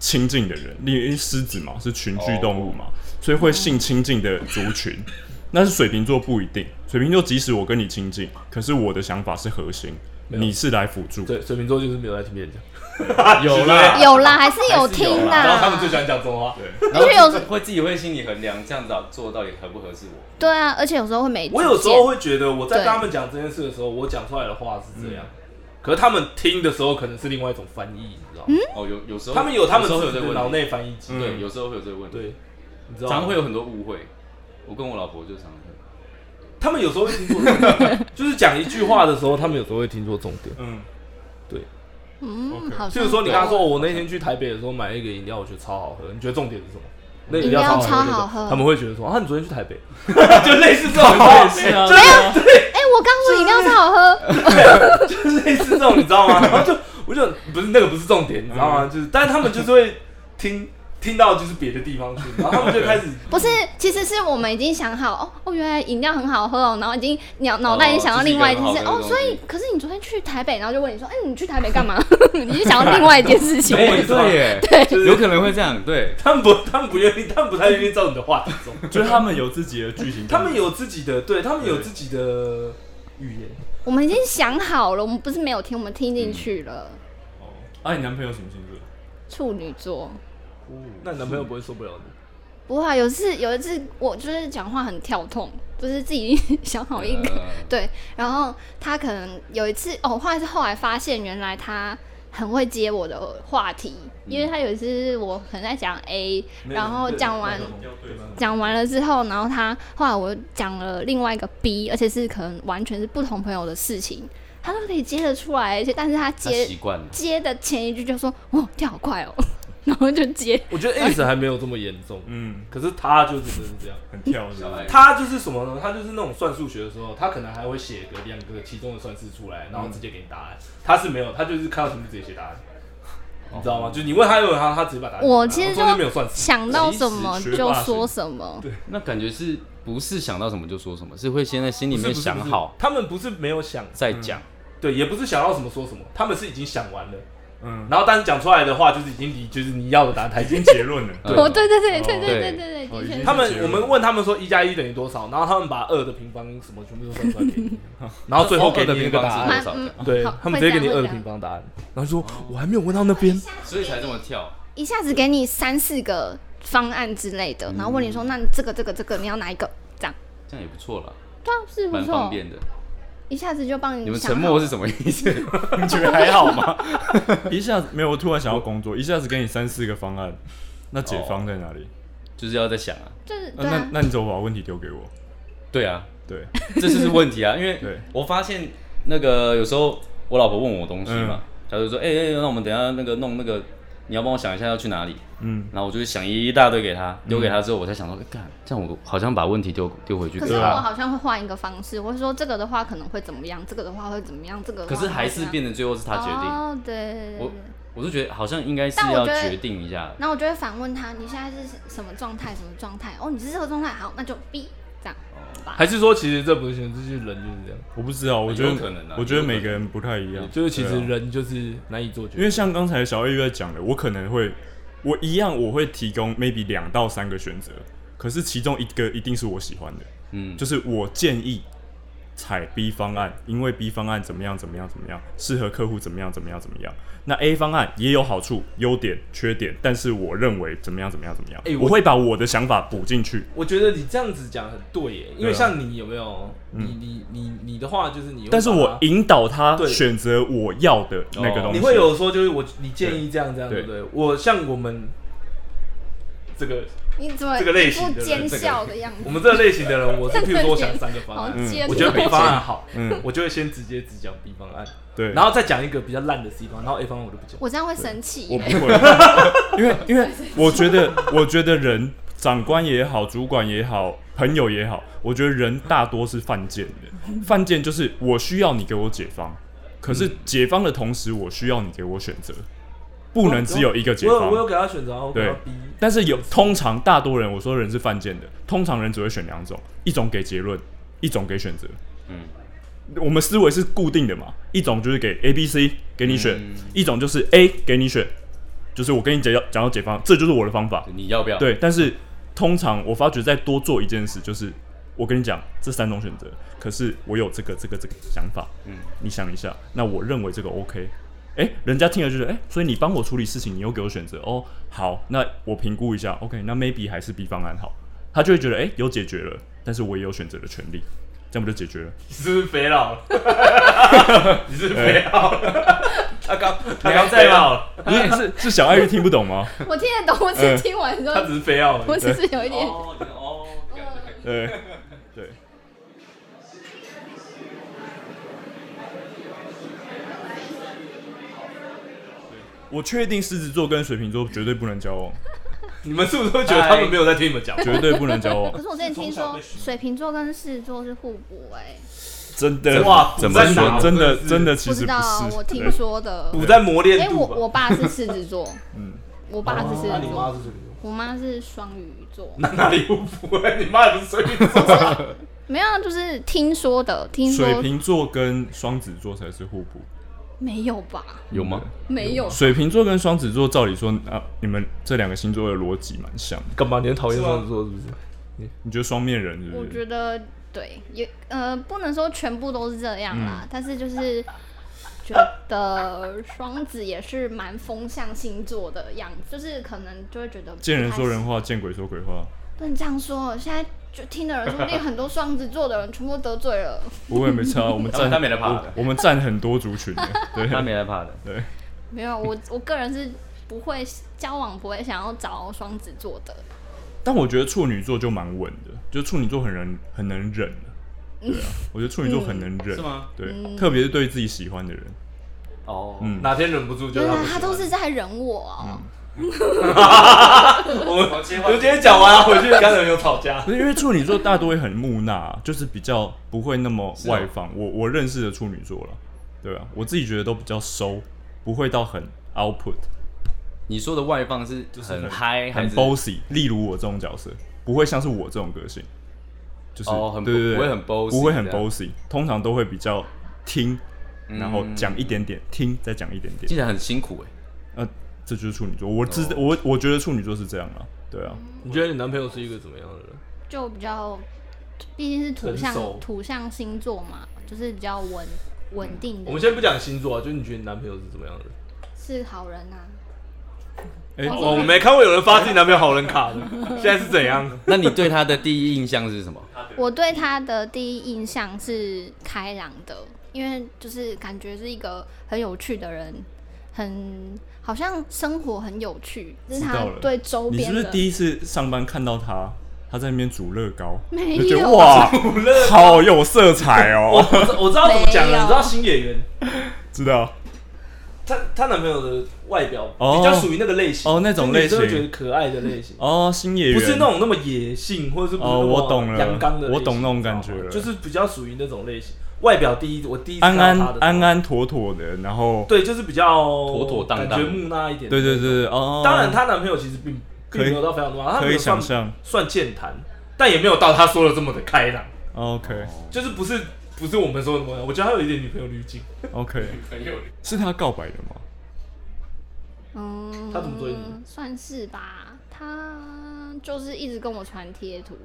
Speaker 5: 亲近的人，因为狮子嘛是群居动物嘛，
Speaker 2: 哦
Speaker 5: 所以会信亲近的族群。但是水瓶座不一定，水瓶座即使我跟你亲近，可是我的想法是核心，
Speaker 2: 有
Speaker 5: 你是来辅助。
Speaker 2: 对水瓶座就是没有在听别人讲，
Speaker 1: 有啦，
Speaker 6: 有啦，还是有听啊
Speaker 2: 然后他们最喜
Speaker 6: 啦。
Speaker 2: 欢讲这种话。
Speaker 1: 然后
Speaker 6: 而且有
Speaker 1: 自己会自己会心里衡量，这样子啊做到底合不合适我。
Speaker 6: 对啊，而且有时候会没。
Speaker 2: 我有时候，会觉得我在跟他们讲这件事的时候，我讲出来的话是这样，可是他们听的时候可能是另外一种翻译，你知道吗？
Speaker 6: 嗯
Speaker 1: 哦，有有时候
Speaker 2: 他们有他们
Speaker 1: 时候有
Speaker 2: 自
Speaker 1: 这
Speaker 2: 己
Speaker 1: 个
Speaker 2: 的脑
Speaker 1: 问题，
Speaker 2: 内翻译机，
Speaker 1: 对，有时候会有这个问题，
Speaker 2: 对，你知道吗
Speaker 1: 常常会有很多误会。我跟我老婆就常常会，
Speaker 2: 他们有时候会听错重 (laughs) 点，就是讲一句话的时候，他们有时候会听错重点。
Speaker 5: 嗯，
Speaker 6: 嗯，
Speaker 5: OK
Speaker 6: 好像。
Speaker 2: 譬如说，你刚刚说，哦我那天去台北的时候买了一个饮料，我觉得超好喝。你觉得重点是什么？那饮
Speaker 6: 饮料
Speaker 2: 超
Speaker 6: 超好
Speaker 2: 对不对
Speaker 6: 喝
Speaker 2: 他们会觉得说啊，你昨天去台北， (laughs) 就类似这种话，
Speaker 5: 是啊，
Speaker 6: 哎，我刚说饮料超好喝，
Speaker 2: 就是 (laughs) 类似这种，你知道
Speaker 1: (laughs)
Speaker 2: 吗？然后就我就不是那个不是重点，你知道吗？
Speaker 1: 嗯
Speaker 2: 就是，但是他们就是会听听到就是别的地方去，然后他们就开始
Speaker 6: 不是，其实是我们已经想好，哦哦，原来饮料很好喝哦，然后已经脑脑袋
Speaker 1: 哦
Speaker 6: 已经想到另外一件
Speaker 1: 这是
Speaker 6: 事，
Speaker 1: 一个很好喝
Speaker 6: 哦
Speaker 1: 的，东西
Speaker 6: 所以可是你昨天去台北，然后就问你说，哎，你去台北干嘛？
Speaker 2: (laughs)
Speaker 6: (laughs) 你就想到另外一件事情。
Speaker 1: 哎 (laughs) 对耶，
Speaker 2: 就是
Speaker 1: 有可能会这样，对，
Speaker 2: 他们不他们不愿意，他们不太愿意照你的话题走，
Speaker 1: 嗯
Speaker 5: 就是他们有自己的剧情，
Speaker 2: 他们有自己的，对他们有自己的语言。
Speaker 6: 我们已经想好了，我们不是没有听，我们听进去了。
Speaker 5: 哦。啊，你男朋友什么星座？
Speaker 6: 处女座，
Speaker 2: 嗯那你男朋友不会受不了你？
Speaker 6: 不会啊，有一次有一次我就是讲话很跳痛，就是自己 (laughs) 想好一个、
Speaker 1: 呃
Speaker 6: 对，然后他可能有一次哦，后来是后来发现原来他很会接我的话题，因为他有一次我可能在讲 A，然后讲完讲完了之后，然后他后来我讲了另外一个 B，而且是可能完全是不同朋友的事情，他都可以接得出来，而且但是他
Speaker 1: 他
Speaker 6: 接
Speaker 1: 习惯了。
Speaker 6: 接的前一句就说哇跳好快哦，然后就接，
Speaker 2: 我觉得 A 子还没有这么严重，
Speaker 5: 嗯，
Speaker 2: 可是他就真的是这样。
Speaker 5: 很跳是
Speaker 1: 小
Speaker 5: 不
Speaker 1: 孩
Speaker 5: 是？
Speaker 2: 他就是什么呢？他就是那种算数学的时候，他可能还会写个两个其中的算式出来，然后直接给你答案。他是没有，他就是看到题目直接写答案，你知道吗？就是你问他有他，他直接把答案给你。
Speaker 6: 我其实
Speaker 2: 然后中间没有算式，
Speaker 6: 想到
Speaker 1: 即
Speaker 6: 什
Speaker 1: 时
Speaker 6: 么
Speaker 5: 学
Speaker 6: 就
Speaker 5: 霸
Speaker 6: 说
Speaker 5: 型
Speaker 6: 什么，
Speaker 1: 那感觉是不是想到什么就说什么？是会先在心里面
Speaker 2: 不是
Speaker 1: 想好。
Speaker 2: 不是不是他们不是没有想，
Speaker 1: 再讲。
Speaker 2: 对，也不是想到什么说什么，他们是已经想完了，
Speaker 5: 嗯，
Speaker 2: 然后但是讲出来的话就是已经离就是你要的答案太
Speaker 5: 已 (laughs) 经
Speaker 2: 近。
Speaker 5: 结论了。
Speaker 2: (laughs)
Speaker 1: 对
Speaker 6: 哦对对对
Speaker 5: 哦
Speaker 6: 对
Speaker 1: 对
Speaker 6: 对对对
Speaker 5: 哦
Speaker 6: 对，的
Speaker 5: 已
Speaker 6: 确
Speaker 5: 经
Speaker 6: 是
Speaker 2: 他们
Speaker 5: 结
Speaker 2: 我
Speaker 5: 论
Speaker 2: 们问他们说一加一等于多少，然后他们把二的平方什么全部都算出来给你，然后最后给你一个答
Speaker 1: 多
Speaker 2: 案
Speaker 1: 少，
Speaker 6: 蛮
Speaker 1: 这样
Speaker 6: 嗯
Speaker 2: 对
Speaker 6: 好
Speaker 2: 他们直接给你
Speaker 6: 会这
Speaker 2: 二
Speaker 6: 样
Speaker 2: 的平方答案，然后就说我还没有问到那边，
Speaker 1: 所以才这么跳。
Speaker 6: 一下子给你三四个方案之类的，然后问你说，那你这个这个这个你要哪一个？这样，
Speaker 1: 这样也不错啦，
Speaker 6: 对啊，是不
Speaker 1: 蛮方
Speaker 6: 错，嗯
Speaker 1: 便的。
Speaker 6: 一下子就帮你。
Speaker 1: 你们沉默是？什么意思？
Speaker 5: 你觉得还好吗？一下子没有，我突然想要工作，一下子给你三四个方案，那解方在哪里？
Speaker 1: 就是要在想啊。
Speaker 6: (laughs) 就是
Speaker 5: 呃
Speaker 6: 对啊，
Speaker 5: 那那你怎么把问题丢给我？
Speaker 1: 对啊，
Speaker 5: 对，
Speaker 1: 这就是问
Speaker 5: (laughs)
Speaker 1: 题啊。因为
Speaker 5: 对
Speaker 1: 我发现那个有时候我老婆问我东西
Speaker 5: 嗯
Speaker 1: 嘛，她就说：“哎、哎、那我们等一下那个弄那个，你要帮我想一下要去哪里。”
Speaker 5: 嗯，
Speaker 1: 然后我就想一大堆给她，丢给她之后，我才想到，哎干、这样我好像把问题丢丢回去。
Speaker 6: 可是
Speaker 1: 对
Speaker 5: 啊
Speaker 6: 我好像会换一个方式，我会说这个的话可能会怎么样，这个的话会怎么样，这个的话
Speaker 1: 可是还是变得最后是她
Speaker 6: 他
Speaker 1: 决定。
Speaker 6: 哦，对对对
Speaker 1: 我
Speaker 6: 对。
Speaker 1: 我就觉得好像应该是
Speaker 6: 但我
Speaker 1: 要
Speaker 6: 觉得
Speaker 1: 决定一下。
Speaker 6: 然后我就会反问他，你现在是什么状态？什么状态？哦，你是这个状态，好，那就 B 这样吧。
Speaker 2: 还是说其实这不是选，这就是人就是这样，
Speaker 5: 我不知道，我觉
Speaker 1: (laughs) 有
Speaker 5: 得
Speaker 1: 可能啊
Speaker 5: 我觉得
Speaker 1: 有可能
Speaker 5: 每个人不太一样，
Speaker 2: 就是其
Speaker 5: 对
Speaker 2: 实
Speaker 5: 啊
Speaker 2: 人就是难以做决
Speaker 5: 因
Speaker 2: 定。
Speaker 5: 为像刚才小 A 在讲的，我可能会，我一样我会提供 maybe 两到三个选择，可是其中一个一定是我喜欢的，
Speaker 1: 嗯，
Speaker 5: 就是我建议采 B 方案，因为 B 方案怎么样怎么样怎么样，适合客户怎么样怎么样怎么样。那 A 方案也有好处、优点、缺点，但是我认为怎么样怎么样怎么样，
Speaker 2: 哎我
Speaker 5: 我会把我的想法补进去。
Speaker 2: 我觉得你这样子讲很对耶，因
Speaker 5: 对
Speaker 2: 为
Speaker 5: 啊
Speaker 2: 像你有没有，你你你你的话就是你会把它，
Speaker 5: 但是我引导他
Speaker 2: 对
Speaker 5: 选择我要的那个
Speaker 1: 哦
Speaker 5: 东西。
Speaker 2: 你会有说就是我你建议这样这样对
Speaker 5: 对
Speaker 2: 不对？我像我们这个
Speaker 6: 你怎么
Speaker 2: 这个类型
Speaker 6: 一
Speaker 2: 的
Speaker 6: 副
Speaker 2: 人
Speaker 6: 奸
Speaker 2: 这个
Speaker 6: 笑的样子
Speaker 2: 我？们这个类型
Speaker 6: (laughs)
Speaker 2: 的人，我是譬如说我想三个方
Speaker 6: 好
Speaker 2: 案，
Speaker 6: 接
Speaker 2: 我觉得 B 方案好，
Speaker 5: 嗯，
Speaker 2: 我就会先直接只讲 B 方案，
Speaker 5: 对，
Speaker 2: 然后再讲一个比较烂的 C 方案，然后 A 方案我就不讲。
Speaker 6: 我这样会生气
Speaker 5: 我
Speaker 6: 耶。
Speaker 5: 不会，因为因为我觉得，我觉得人长官也好，主管也好，朋友也好，我觉得人大多是犯贱的。犯贱就是我需要你给我解方，可
Speaker 2: 嗯
Speaker 5: 是解方的同时，我需要你给我选择，不能只有一个解
Speaker 2: 哦我有我
Speaker 5: 方。
Speaker 2: 有给他选择，然后我给他
Speaker 5: 对
Speaker 2: B，
Speaker 5: 但是有通常大多人，我说人是犯贱的，通常人只会选两种，一种给结论，一种给选择。
Speaker 1: 嗯，
Speaker 5: 我们思维是固定的嘛，一种就是给 A、B、C 给你选，
Speaker 1: 嗯
Speaker 5: 一种就是 A 给你选，就是我跟你讲要讲到解方，这就是我的方法。
Speaker 1: 你要不要？
Speaker 5: 对，但是通常我发觉再多做一件事，就是我跟你讲这三种选择，可是我有这个这个这个想法，
Speaker 1: 嗯
Speaker 5: 嗯，你想一下，那我认为这个 OK。哎、人家听了就觉得，哎、所以你帮我处理事情，你又给我选择，哦，好，那我评估一下，OK，那 maybe 还是 B 方案好，他就会觉得，哎、有解决了，但是我也有选择的权利，这样不就解决了？
Speaker 2: 你是不是肥 (laughs) 佬了？你是不是肥佬了？他刚他刚
Speaker 5: 还在
Speaker 2: 肥
Speaker 5: 吗
Speaker 2: 佬了，
Speaker 5: 不是是是小爱玉听不懂吗？
Speaker 6: (laughs) 我听得懂，我只是听完之
Speaker 2: 他
Speaker 6: 后，
Speaker 2: 只是肥佬而已。
Speaker 6: (laughs) 我只是有一点。
Speaker 1: 哦你哦，感觉
Speaker 5: 对 (laughs) 对，我确定狮子座跟水瓶座绝对不能交往，
Speaker 2: 你们是不是会觉得他们没有在听你们讲话？
Speaker 5: 绝对不能交 (laughs)
Speaker 6: 可
Speaker 5: 往，
Speaker 6: 是我之前听说水瓶座跟狮子座是互补哎、
Speaker 5: 真的
Speaker 2: 哇
Speaker 1: 怎么
Speaker 5: 真
Speaker 1: 说
Speaker 5: 的
Speaker 1: 呢
Speaker 5: 真
Speaker 2: 真的
Speaker 5: 的
Speaker 2: 是
Speaker 5: 真的其
Speaker 6: 不
Speaker 5: 实
Speaker 6: 知
Speaker 5: 不
Speaker 6: 道啊
Speaker 5: 是，
Speaker 6: 我听
Speaker 5: 对
Speaker 6: 说的。
Speaker 2: 补在磨
Speaker 6: 哎、
Speaker 2: 练
Speaker 6: 我
Speaker 2: 度吧。
Speaker 6: 我爸是狮子座，
Speaker 5: (laughs) 嗯
Speaker 6: 我爸是狮
Speaker 2: 啊
Speaker 6: 子
Speaker 2: 你妈
Speaker 6: 座，
Speaker 2: 是水瓶
Speaker 6: 我
Speaker 2: 座，
Speaker 6: 妈是双鱼座。
Speaker 2: 那哪里互补啊？你妈也不是水瓶座，
Speaker 6: 没有啊，就是听说的，听说
Speaker 5: 水瓶座跟双子座才是互补，
Speaker 6: 没有吧？
Speaker 1: 有吗？
Speaker 6: 没有，
Speaker 5: 水瓶座跟双子座照理说啊，你们这两个星座的逻辑蛮像的，
Speaker 2: (laughs) 干嘛？你很讨厌双子座是不是？
Speaker 5: 你觉得双面
Speaker 2: 嗯
Speaker 5: 人是
Speaker 6: 我
Speaker 5: 不
Speaker 6: 觉
Speaker 5: 是？
Speaker 2: 嗯
Speaker 6: 得对，也呃，不能说全部都是这样啦，但是就是觉得双子也是蛮风象星座的样子，就是可能就会觉得不
Speaker 5: 见人
Speaker 6: 太
Speaker 5: 说人
Speaker 6: 喜
Speaker 5: 话，见鬼说鬼话。
Speaker 6: 不能这样说，现在就听的人说不定很多双子座的人全部都得罪了。
Speaker 5: 我也没差，啊我们 (laughs)
Speaker 1: 他
Speaker 5: 占
Speaker 1: 他没得怕
Speaker 5: 我
Speaker 1: 的
Speaker 5: 我们占很多族群的，对
Speaker 1: 他没害怕的。
Speaker 5: 对。
Speaker 6: 没有，我 (laughs) 我个人是不会交往，不会想要找双子座的。
Speaker 5: 但我觉得处女座就蛮稳的，就处女座很能很能忍的，对啊，我觉得处女座很能忍，
Speaker 1: 是吗？
Speaker 5: 对，特别是对自己喜欢的人，
Speaker 1: 哦，
Speaker 5: 嗯，
Speaker 2: 哪天忍不住就
Speaker 6: 对
Speaker 2: 他
Speaker 6: 啊
Speaker 2: 不，喜
Speaker 6: 他
Speaker 2: 欢嗯
Speaker 6: 都是在忍我哦、
Speaker 2: 我们我们今天讲完了，回去跟人有吵架。
Speaker 5: 不是因为处女座大多也很木讷、就是比较不会那么外放。
Speaker 1: 哦
Speaker 5: 我我认识的处女座了，对啊，我自己觉得都比较收，不会到很 output，
Speaker 1: 你说的外放是
Speaker 5: 就是
Speaker 1: 很
Speaker 5: 很
Speaker 1: 嗨还
Speaker 5: 很
Speaker 1: 是
Speaker 5: bossy。例如我这种角色，不会像是我这种个性，就是、
Speaker 1: 哦很
Speaker 5: 对对对，
Speaker 1: 不会很 bossy
Speaker 5: 不会很
Speaker 1: 这样
Speaker 5: bossy，通常都会比较听，然后
Speaker 1: 嗯
Speaker 5: 讲一点点，听再讲一点点
Speaker 1: 听，起来很辛苦哎。
Speaker 5: 呃，这就是处女座。我知、
Speaker 1: 哦
Speaker 5: 我我觉得处女座是这样啊，对啊，
Speaker 2: 你觉得你男朋友是一个怎么样的人？
Speaker 6: 就比较，毕竟是土
Speaker 2: 成熟
Speaker 6: 象土象星座嘛，就是比较稳稳定
Speaker 2: 我
Speaker 6: 的
Speaker 2: 们，先不讲星座啊，就你觉得你男朋友是怎么样的人？
Speaker 6: 是好人啊。
Speaker 5: 哎、
Speaker 2: 哦，我没看过有人发自己男朋友好人
Speaker 6: (laughs)
Speaker 2: 卡的，现在是怎样？
Speaker 1: (laughs) 那你对他的第一印象是什么？
Speaker 6: 我对他的第一印象是开朗的，因为就是感觉是一个很有趣的人，很好像生活很有趣，这是
Speaker 5: 知
Speaker 6: 他
Speaker 5: 道了
Speaker 6: 对周
Speaker 5: 你
Speaker 6: 边
Speaker 5: 是
Speaker 6: 的。
Speaker 5: 不是第一次上班看到他，他在那边煮乐高？
Speaker 6: 没
Speaker 5: 就觉得
Speaker 6: 有
Speaker 2: (laughs)
Speaker 5: 哇，好有色彩
Speaker 2: 我
Speaker 5: 哦！
Speaker 2: (laughs) 我知我知道怎么讲
Speaker 6: 没
Speaker 2: 了，
Speaker 6: 有
Speaker 2: 你知道新演员，
Speaker 5: 知道
Speaker 2: 她她男朋友的外表
Speaker 5: 哦
Speaker 2: 比较属于那个类型
Speaker 5: 哦那种类型
Speaker 2: 就女生会觉得可爱的类型，
Speaker 5: 哦，新演员
Speaker 2: 不是那种那么野性，或者是不是
Speaker 5: 哦，
Speaker 2: 那
Speaker 5: 我
Speaker 2: 么
Speaker 5: 懂了，
Speaker 2: 阳刚的类型，
Speaker 5: 我懂那种感觉
Speaker 2: 你知道吗
Speaker 5: 了，
Speaker 2: 就是比较属于那种类型。外表第一，我第一次看
Speaker 5: 安安
Speaker 2: 到她的时候
Speaker 5: 安，安妥妥的，然后
Speaker 2: 对，就是比较妥
Speaker 1: 妥当当
Speaker 2: 感觉木讷一点。
Speaker 5: 对对对对哦，
Speaker 2: 当然，她男朋友其实并
Speaker 5: 可以
Speaker 2: 并没有到非常多，她
Speaker 5: 可
Speaker 2: 没
Speaker 5: 以
Speaker 2: 有算
Speaker 5: 想象
Speaker 2: 算健谈，但也没有到她说的这么的开朗，
Speaker 5: ，OK
Speaker 2: 就是不是不是我们说的那么，我觉得她有一点女朋友滤镜。
Speaker 5: OK，是他告白的吗？
Speaker 6: 嗯，
Speaker 2: 他怎么追你？
Speaker 6: 算是吧，他就是一直跟我传贴图，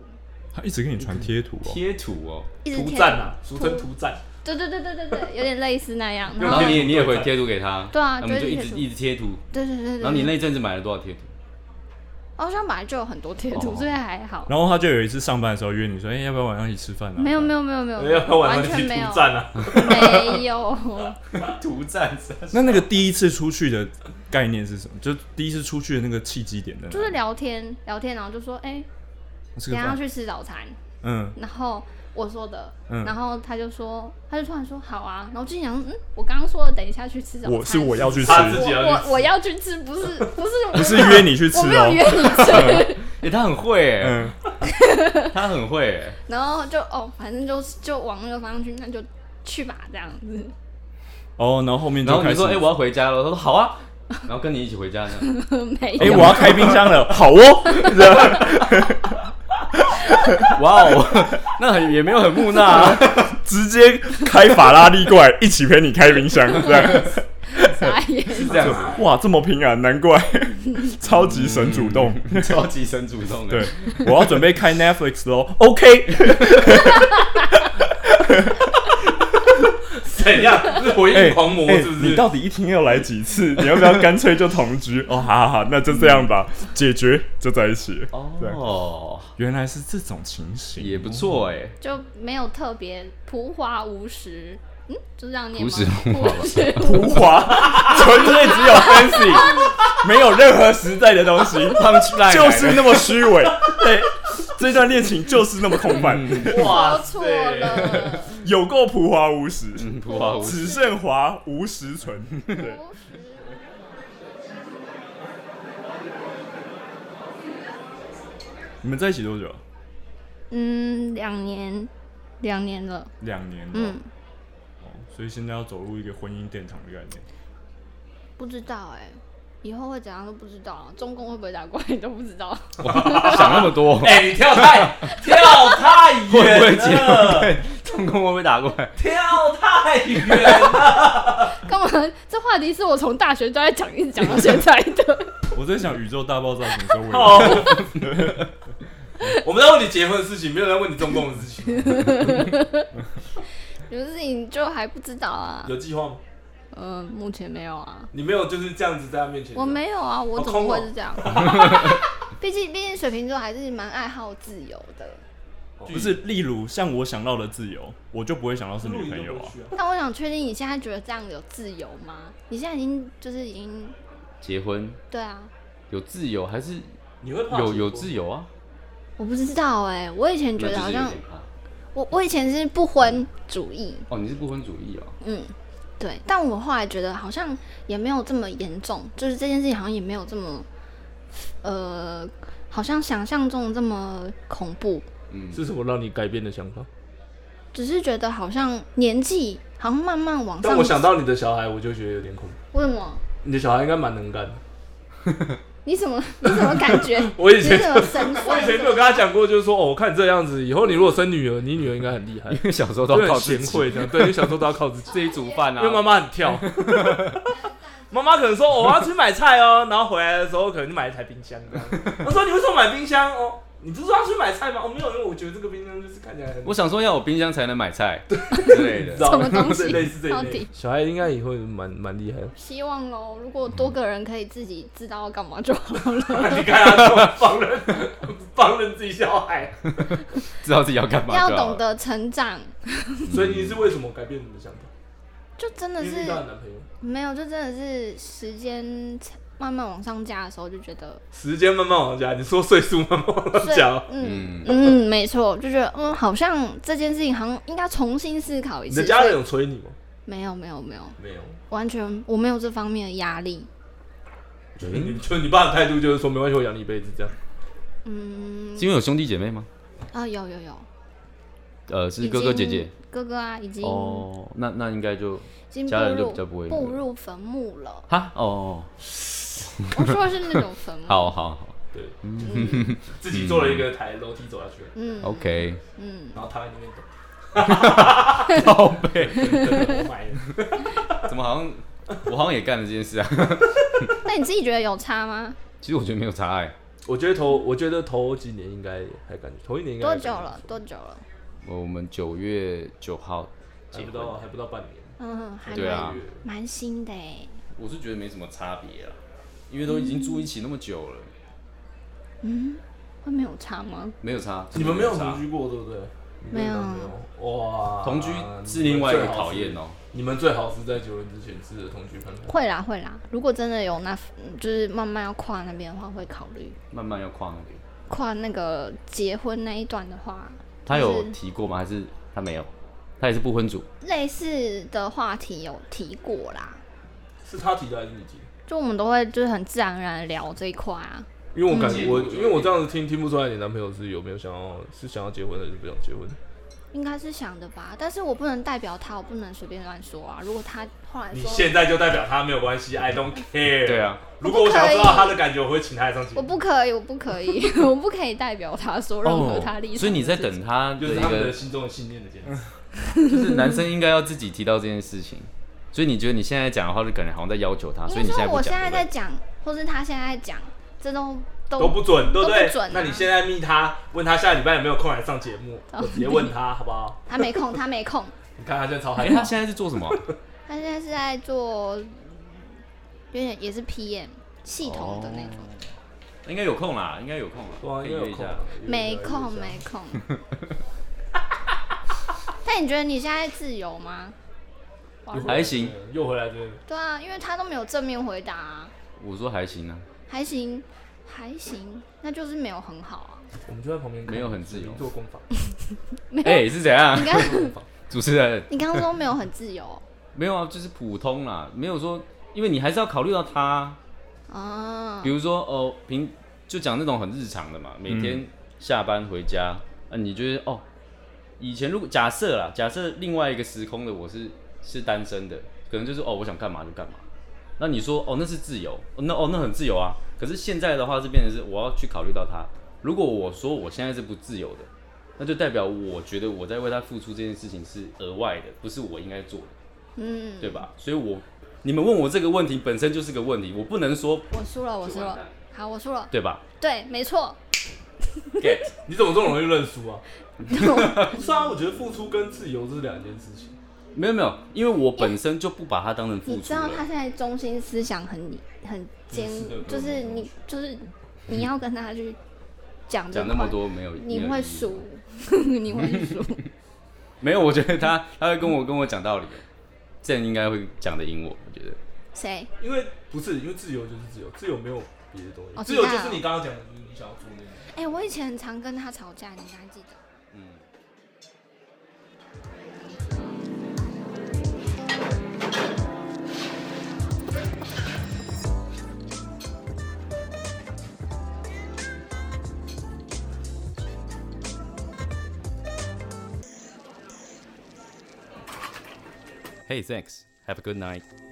Speaker 5: 他一直给你传贴图哦，
Speaker 1: 贴图哦，
Speaker 6: 一直
Speaker 2: 图
Speaker 6: 贴
Speaker 2: 战啊，俗
Speaker 6: 图
Speaker 2: 称图战，
Speaker 6: 对对对对对对，有点类似那样。
Speaker 2: 用
Speaker 6: 然
Speaker 1: 然
Speaker 6: 后
Speaker 1: 后
Speaker 2: 贴
Speaker 1: 你也
Speaker 2: 图
Speaker 1: 你也
Speaker 2: 对
Speaker 1: 会
Speaker 2: 战
Speaker 1: 贴图给他，
Speaker 6: 对啊
Speaker 1: 那我们就
Speaker 6: 就
Speaker 1: 一
Speaker 6: 是贴
Speaker 1: 直
Speaker 6: 图
Speaker 1: 一直贴图。
Speaker 6: 对对对对，
Speaker 1: 然后你
Speaker 6: 对
Speaker 1: 那阵子买了多少贴图？
Speaker 6: 好像本来就有很多贴
Speaker 1: 哦
Speaker 6: 图，所以还好。
Speaker 5: 然后他就有一次上班的时候约你说，哎，要不要晚上一起吃饭啊？
Speaker 6: 没有没有没有没有，
Speaker 2: 要不要晚
Speaker 6: 完
Speaker 2: 上
Speaker 6: 全
Speaker 2: 去
Speaker 6: 没有
Speaker 2: (laughs) 图战啊？
Speaker 6: 没有。
Speaker 1: 图战是
Speaker 5: 那那个第一次出去的概念是什么？就第一次出去的那个契机点在哪？
Speaker 6: 就是聊天聊天，然后就说哎，
Speaker 5: 吃
Speaker 6: 等
Speaker 5: 个
Speaker 6: 一下要
Speaker 5: 饭，
Speaker 6: 去吃早餐，
Speaker 5: 嗯，
Speaker 6: 然后我说的，
Speaker 5: 嗯
Speaker 6: 然后他就说，他就突然说好啊，然后我就想，嗯，我刚刚说的等一下去吃早餐，
Speaker 5: 我是我要去吃，
Speaker 2: 他自
Speaker 6: 我
Speaker 2: 己要去吃
Speaker 6: 我我要去吃，不是不是
Speaker 5: (laughs) 不是约你去吃
Speaker 6: 我没有约
Speaker 5: 哦，
Speaker 6: 你吃， (laughs)
Speaker 1: 哎，他很会哎，
Speaker 5: 嗯，
Speaker 1: 他很会哎。
Speaker 6: 然后就哦，反正就就往那个方向去，那就去吧这样子。
Speaker 5: 哦，然后后面
Speaker 1: 然
Speaker 5: 就
Speaker 1: 后
Speaker 5: 开
Speaker 1: 你
Speaker 5: 始
Speaker 1: 说，哎，我要回家了。他说好
Speaker 6: (laughs)
Speaker 1: 啊，然后跟你一起回家这样。
Speaker 6: 没
Speaker 5: 哎、
Speaker 6: 有，
Speaker 5: 我要开冰箱了， (laughs) 好哦， (laughs)
Speaker 1: 哇哦， (laughs) 那很也没有很木讷
Speaker 5: (laughs)
Speaker 1: 啊。
Speaker 5: 直接开法拉利过来，一起陪你开冰箱，这样，
Speaker 6: 傻眼。
Speaker 1: 是这样子，
Speaker 5: 哇，这么拼啊，难怪，超级神主动。
Speaker 1: 超级神主动的
Speaker 5: 对。，我要准备开 Netflix 咯 o k
Speaker 2: 怎样？是回应狂魔是不
Speaker 5: 哎你
Speaker 2: 是？
Speaker 5: 到底一天要来几次？ (laughs) 你要不要干脆就同居？哦，好好好，那就这样吧，解决就在一起。对，
Speaker 1: 哦，
Speaker 5: 原来是这种情形，
Speaker 1: 也不。错哎。
Speaker 6: 就没有特别朴华无实，嗯，就这样念吗？
Speaker 1: 朴实无华吧
Speaker 6: 朴实无 (laughs)
Speaker 5: 浮华， (laughs)
Speaker 2: (laughs)
Speaker 5: 纯粹只有 fancy，没 (laughs) 有任何实在的
Speaker 1: (laughs)
Speaker 5: 东西。
Speaker 1: 胖起来
Speaker 5: 就是 (laughs) 那么虚
Speaker 2: (laughs)
Speaker 5: 伪。对，这段恋情就是那么空泛，
Speaker 6: 说
Speaker 2: 哇
Speaker 6: 错了，
Speaker 5: 有够朴华无实，
Speaker 2: 嗯
Speaker 1: 不花无
Speaker 5: 只剩华无实存。对，
Speaker 6: 朴实
Speaker 5: 你们在一起多久？
Speaker 6: 嗯，两年，两年了，
Speaker 5: 两年。哦
Speaker 6: 嗯，，
Speaker 5: 所以现在要走入一个婚姻殿堂的概念。
Speaker 6: 不知道哎、以后会怎样都不知道，中共会不会打过来都不知道。 (laughs)
Speaker 1: 想那么
Speaker 5: (laughs)
Speaker 1: 多，
Speaker 2: 哎、你跳太跳太
Speaker 1: 会不会
Speaker 2: 远
Speaker 1: 结婚？ (laughs)
Speaker 2: 了，
Speaker 1: 对，中共会不会打过来？
Speaker 2: 跳太远了。
Speaker 6: 干嘛？这话题是我从大学都在讲，一直讲到现在的。 (laughs)
Speaker 5: 我在想宇宙大爆炸什么时候会？啊
Speaker 2: 哦，我们在问你结婚的事情，没有人在问你中共的事情。
Speaker 6: 有的事情就还不知道啊。
Speaker 2: 有计划吗？
Speaker 6: 呃，目前没有啊，
Speaker 2: 你没有就是这样子在他面前，
Speaker 6: 我没有啊，我
Speaker 2: 好
Speaker 6: 怎么
Speaker 2: 空
Speaker 6: 会
Speaker 2: 哦
Speaker 6: 是这样？毕竟毕竟水瓶座还是蛮爱好自由的。
Speaker 5: 不是，例如像我想到的自由，我就不会想到是
Speaker 2: 露
Speaker 5: 女
Speaker 2: 营
Speaker 5: 朋
Speaker 2: 都
Speaker 5: 友
Speaker 2: 不
Speaker 5: 啊。
Speaker 2: 去啊。
Speaker 6: 但我想确定你现在觉得这样有自由吗？你现在已经就是已经
Speaker 1: 结婚
Speaker 6: 对啊，
Speaker 1: 有自由还是
Speaker 2: 你会怕
Speaker 1: 有有
Speaker 2: 自
Speaker 1: 自由啊？
Speaker 6: 我不知道哎、我以前觉
Speaker 1: 那
Speaker 6: 得
Speaker 1: 就是
Speaker 6: 好
Speaker 1: 有
Speaker 6: 像
Speaker 1: 点怕
Speaker 6: 我我以前是不婚主义，
Speaker 1: 哦，你是不婚主义哦，
Speaker 6: 嗯，对，但我后来觉得好像也没有这么严重，就是这件事情好像也没有这么呃，好像想象中的这么恐怖，
Speaker 1: 嗯，
Speaker 2: 是什么让你改变的想法？
Speaker 6: 只是觉得好像年纪好像慢慢往上。
Speaker 2: 当我想到你的小孩，我就觉得有点恐怖。
Speaker 6: 为什么？
Speaker 2: 你的小孩应该蛮能干的。
Speaker 6: 你什么？你什么感觉？
Speaker 2: (laughs) 我以前
Speaker 6: 你什么神
Speaker 2: 我以前就
Speaker 6: 算？
Speaker 2: 有跟他讲过，就是说，哦，我看你这样子，以后你如果生女儿，你女儿应该很厉害，
Speaker 1: 因为 (laughs) 小时候
Speaker 2: 都
Speaker 1: 都要
Speaker 2: 很
Speaker 1: 靠
Speaker 2: 贤
Speaker 1: 自己
Speaker 2: 惠这样。对，因为小时候都要靠自己。 (laughs)
Speaker 1: 自己煮饭啊
Speaker 2: 因为妈妈很 (laughs) 跳。妈妈可能说、哦我要去买菜哦，然后回来的时候可能就买了一台冰箱这样。我说你为什么买冰箱？哦，你不是说要去买菜吗？哦，没有，因为我觉得这个冰箱就是看起来很
Speaker 1: 我想说要有冰箱才能买菜之类的。 (laughs)
Speaker 2: 道
Speaker 6: 什么东西
Speaker 2: (laughs) 类似这一类
Speaker 6: 到底
Speaker 2: 小孩应该以后蛮蛮厉害的。
Speaker 6: 希望喽，如果多个人可以自己知道要干嘛就好了。
Speaker 2: (laughs) 你看他这么放任放任自己小孩，
Speaker 1: 知道自己要干嘛，
Speaker 6: 要懂。得成长，
Speaker 2: 所以你是为什么改变你的想法？
Speaker 6: 就真的
Speaker 2: 因为
Speaker 6: 是
Speaker 2: 遇到你男朋友，
Speaker 6: 没有，就真的是时间慢慢往上加的时候，就觉得
Speaker 2: 时间慢慢往下，你说岁数慢慢往
Speaker 6: 所以
Speaker 2: 下，
Speaker 6: 嗯
Speaker 1: 嗯，
Speaker 6: 嗯，没错，就觉得嗯，好像这件事情好像应该重新思考一
Speaker 2: 你
Speaker 6: 次。
Speaker 2: 的家人
Speaker 6: 所以
Speaker 2: 有催你吗？
Speaker 6: 没有没有没有，
Speaker 2: 没有，
Speaker 6: 完全我没有这方面的压力。
Speaker 2: 你就你爸的态度就是说没关系，我养你一辈子这样。
Speaker 6: 嗯
Speaker 1: 是因为有兄弟姐妹吗？
Speaker 6: 啊，有有有，
Speaker 1: 呃，是哥哥姐姐。，
Speaker 6: 哥哥啊，已经、
Speaker 1: 哦，那那应该就
Speaker 6: 已经步
Speaker 1: 家人就
Speaker 6: 入
Speaker 1: 比较不会那个
Speaker 6: 步入坟墓了。
Speaker 1: 哈哦，
Speaker 6: 我说的是那种坟墓。
Speaker 1: 好好好
Speaker 2: 对，
Speaker 6: 嗯
Speaker 2: (laughs) 自己做了一个台楼梯走下去，
Speaker 6: 嗯 (laughs)
Speaker 1: ，OK，
Speaker 6: 嗯，
Speaker 2: 然后他在那边等，
Speaker 1: 宝贝，
Speaker 2: 等
Speaker 1: (laughs)
Speaker 2: 着我买的。
Speaker 1: 怎么好像我好像也干了这件事啊？ (laughs)
Speaker 6: 那你自己觉得有差吗？
Speaker 1: 其实我觉得没有差哎，
Speaker 2: 我觉得头，我觉得头几年应该还感觉，头一年应该
Speaker 6: 多
Speaker 2: 还感
Speaker 6: 久
Speaker 2: 觉
Speaker 6: 了？多久了？
Speaker 1: 我们九月九号
Speaker 2: 还
Speaker 1: 结
Speaker 2: 不
Speaker 1: 婚，
Speaker 2: 到，还不到半年。
Speaker 6: 嗯，还
Speaker 1: 对啊
Speaker 6: 蛮蛮新的哎。
Speaker 1: 我是觉得没什么差别啦，因为都已经住一起那么久了，
Speaker 6: 嗯，会没有差吗？
Speaker 1: 没有差。
Speaker 2: 你们没有
Speaker 1: 差
Speaker 2: 同居过，对不对？
Speaker 6: 没有
Speaker 2: 没有。哇，
Speaker 1: 同居是另外一个考验哦。
Speaker 2: 啊你们最好是。你们最好是在结婚之前试着同居看看。
Speaker 6: 会啦会啦，如果真的有那，嗯就是慢慢要跨那边的话，会考虑
Speaker 1: 慢慢要跨那个。
Speaker 6: 跨那个结婚那一段的话，
Speaker 1: 他有
Speaker 6: 就是
Speaker 1: 提过吗？还是他没有？他也是不婚主，
Speaker 6: 类似的话题有提过啦，
Speaker 2: 是他提的还是你提的？
Speaker 6: 就我们都会就是很自然而然地聊这一块啊。
Speaker 2: 因为我感觉我，因为我这样子听听不出来你男朋友是有没有想要是想要结婚还是不想结婚。
Speaker 6: 应该是想的吧，但是我不能代表他，我不能随便乱说啊。如果他后来
Speaker 2: 你
Speaker 6: 说
Speaker 2: 现在就代表他没有
Speaker 6: (laughs)
Speaker 2: 关系，I don't care。
Speaker 1: 对啊，
Speaker 2: 如果我想知道他的感觉，我会请他来上节目。
Speaker 6: 我不可以，我不可以，我不可以代表他说任何他立场、
Speaker 1: 哦所以你在，等他
Speaker 2: 就
Speaker 1: 的
Speaker 2: 是
Speaker 1: 一 (laughs)
Speaker 2: 他们的
Speaker 1: 个，
Speaker 2: 心中的信念的坚持。
Speaker 1: 就是男生应该要自己提到这件事情。所以你觉得你现在讲的话，就感觉好像在要求他，所以
Speaker 6: 应
Speaker 1: 你
Speaker 6: 该
Speaker 1: 现在
Speaker 6: 说
Speaker 1: 不
Speaker 6: 我
Speaker 1: 讲。
Speaker 6: 现在在
Speaker 1: 对不对
Speaker 6: 讲，或是他现在在 (laughs) 讲，这都都
Speaker 2: 都不准，对对？
Speaker 6: 都不准啊
Speaker 2: 那你现在密他，问他下礼拜有没有空来上节目，我直接问他好不好？
Speaker 6: 他没空，他没空。
Speaker 2: 你看他现在超
Speaker 6: (laughs)
Speaker 1: 哎、
Speaker 2: 害
Speaker 1: 他
Speaker 2: 怕，
Speaker 1: 现在是做什么啊？
Speaker 6: 他现在是在做，有点也是 PM 系统的那种，
Speaker 1: 应该有空啦，应该有空啦，
Speaker 2: 对啊，
Speaker 1: 可以
Speaker 2: 应该
Speaker 1: 约
Speaker 2: 有
Speaker 1: 一
Speaker 2: 空
Speaker 1: 下
Speaker 2: 啊，
Speaker 6: 没空
Speaker 2: 约一下
Speaker 6: 没空。但你觉得你现在自由吗？
Speaker 2: 又回来
Speaker 1: 还行
Speaker 2: 这边又回来这边，
Speaker 6: 对啊，因为他都没有正面回答、啊，
Speaker 1: 我说还行啊，
Speaker 6: 还行，还行，那就是没有很好啊。
Speaker 2: 我们就在旁边看
Speaker 1: 没有很自由
Speaker 2: 做工
Speaker 6: (laughs)
Speaker 2: 坊，
Speaker 1: 哎、是怎 (laughs) 样
Speaker 6: 啊你？刚
Speaker 1: 主持人
Speaker 6: 你刚刚说没有很自由
Speaker 1: 没有啊，就是普通啦，没有说，因为你还是要考虑到他啊，
Speaker 6: 啊
Speaker 1: 比，如说哦，平就讲那种很日常的嘛，每天下班回家，啊，你觉得哦，以前如果假设啦，假设另外一个时空的我是是单身的，可能就是哦，我想干嘛就干嘛。那你说哦，那是自由，哦那哦那很自由啊。可是现在的话是变成是我要去考虑到他，如果我说我现在是不自由的，那就代表我觉得我在为他付出这件事情是额外的，不是我应该做的，
Speaker 6: 嗯，
Speaker 1: 对吧？所以我你们问我这个问题本身就是个问题，我不能说
Speaker 6: 我输了，我输了，好，我输了，
Speaker 1: 对吧？
Speaker 6: 对，没错，
Speaker 1: get
Speaker 6: (laughs)
Speaker 2: (laughs) 你怎么这么容易认输啊？不是啊，我觉得付出跟自由这是两件事情。
Speaker 1: 没有没有，因为我本身就不把它当成付
Speaker 6: 你
Speaker 1: 出
Speaker 6: 知道他
Speaker 1: 了。
Speaker 6: 现在中心思想很很坚
Speaker 5: 是的，
Speaker 6: 就是你就是你要跟他去讲这
Speaker 1: 讲那么
Speaker 6: 块，
Speaker 1: 多没有，没
Speaker 6: 你
Speaker 1: 有
Speaker 6: 会
Speaker 1: 意义
Speaker 6: 输， (laughs) 你会输。
Speaker 1: 没有，我觉得他他会跟我跟我讲道理的，这样应该会讲得赢我。我觉得
Speaker 6: 谁？
Speaker 2: 因为不是因为自由就是自由，自由没有别的东西，
Speaker 6: 哦
Speaker 2: 自由就
Speaker 6: 知道
Speaker 2: 是你刚刚讲的，就是你想要做那个。
Speaker 6: 哎、我以前很常跟他吵架，你还记得？
Speaker 1: ，Hey thanks，have a good night。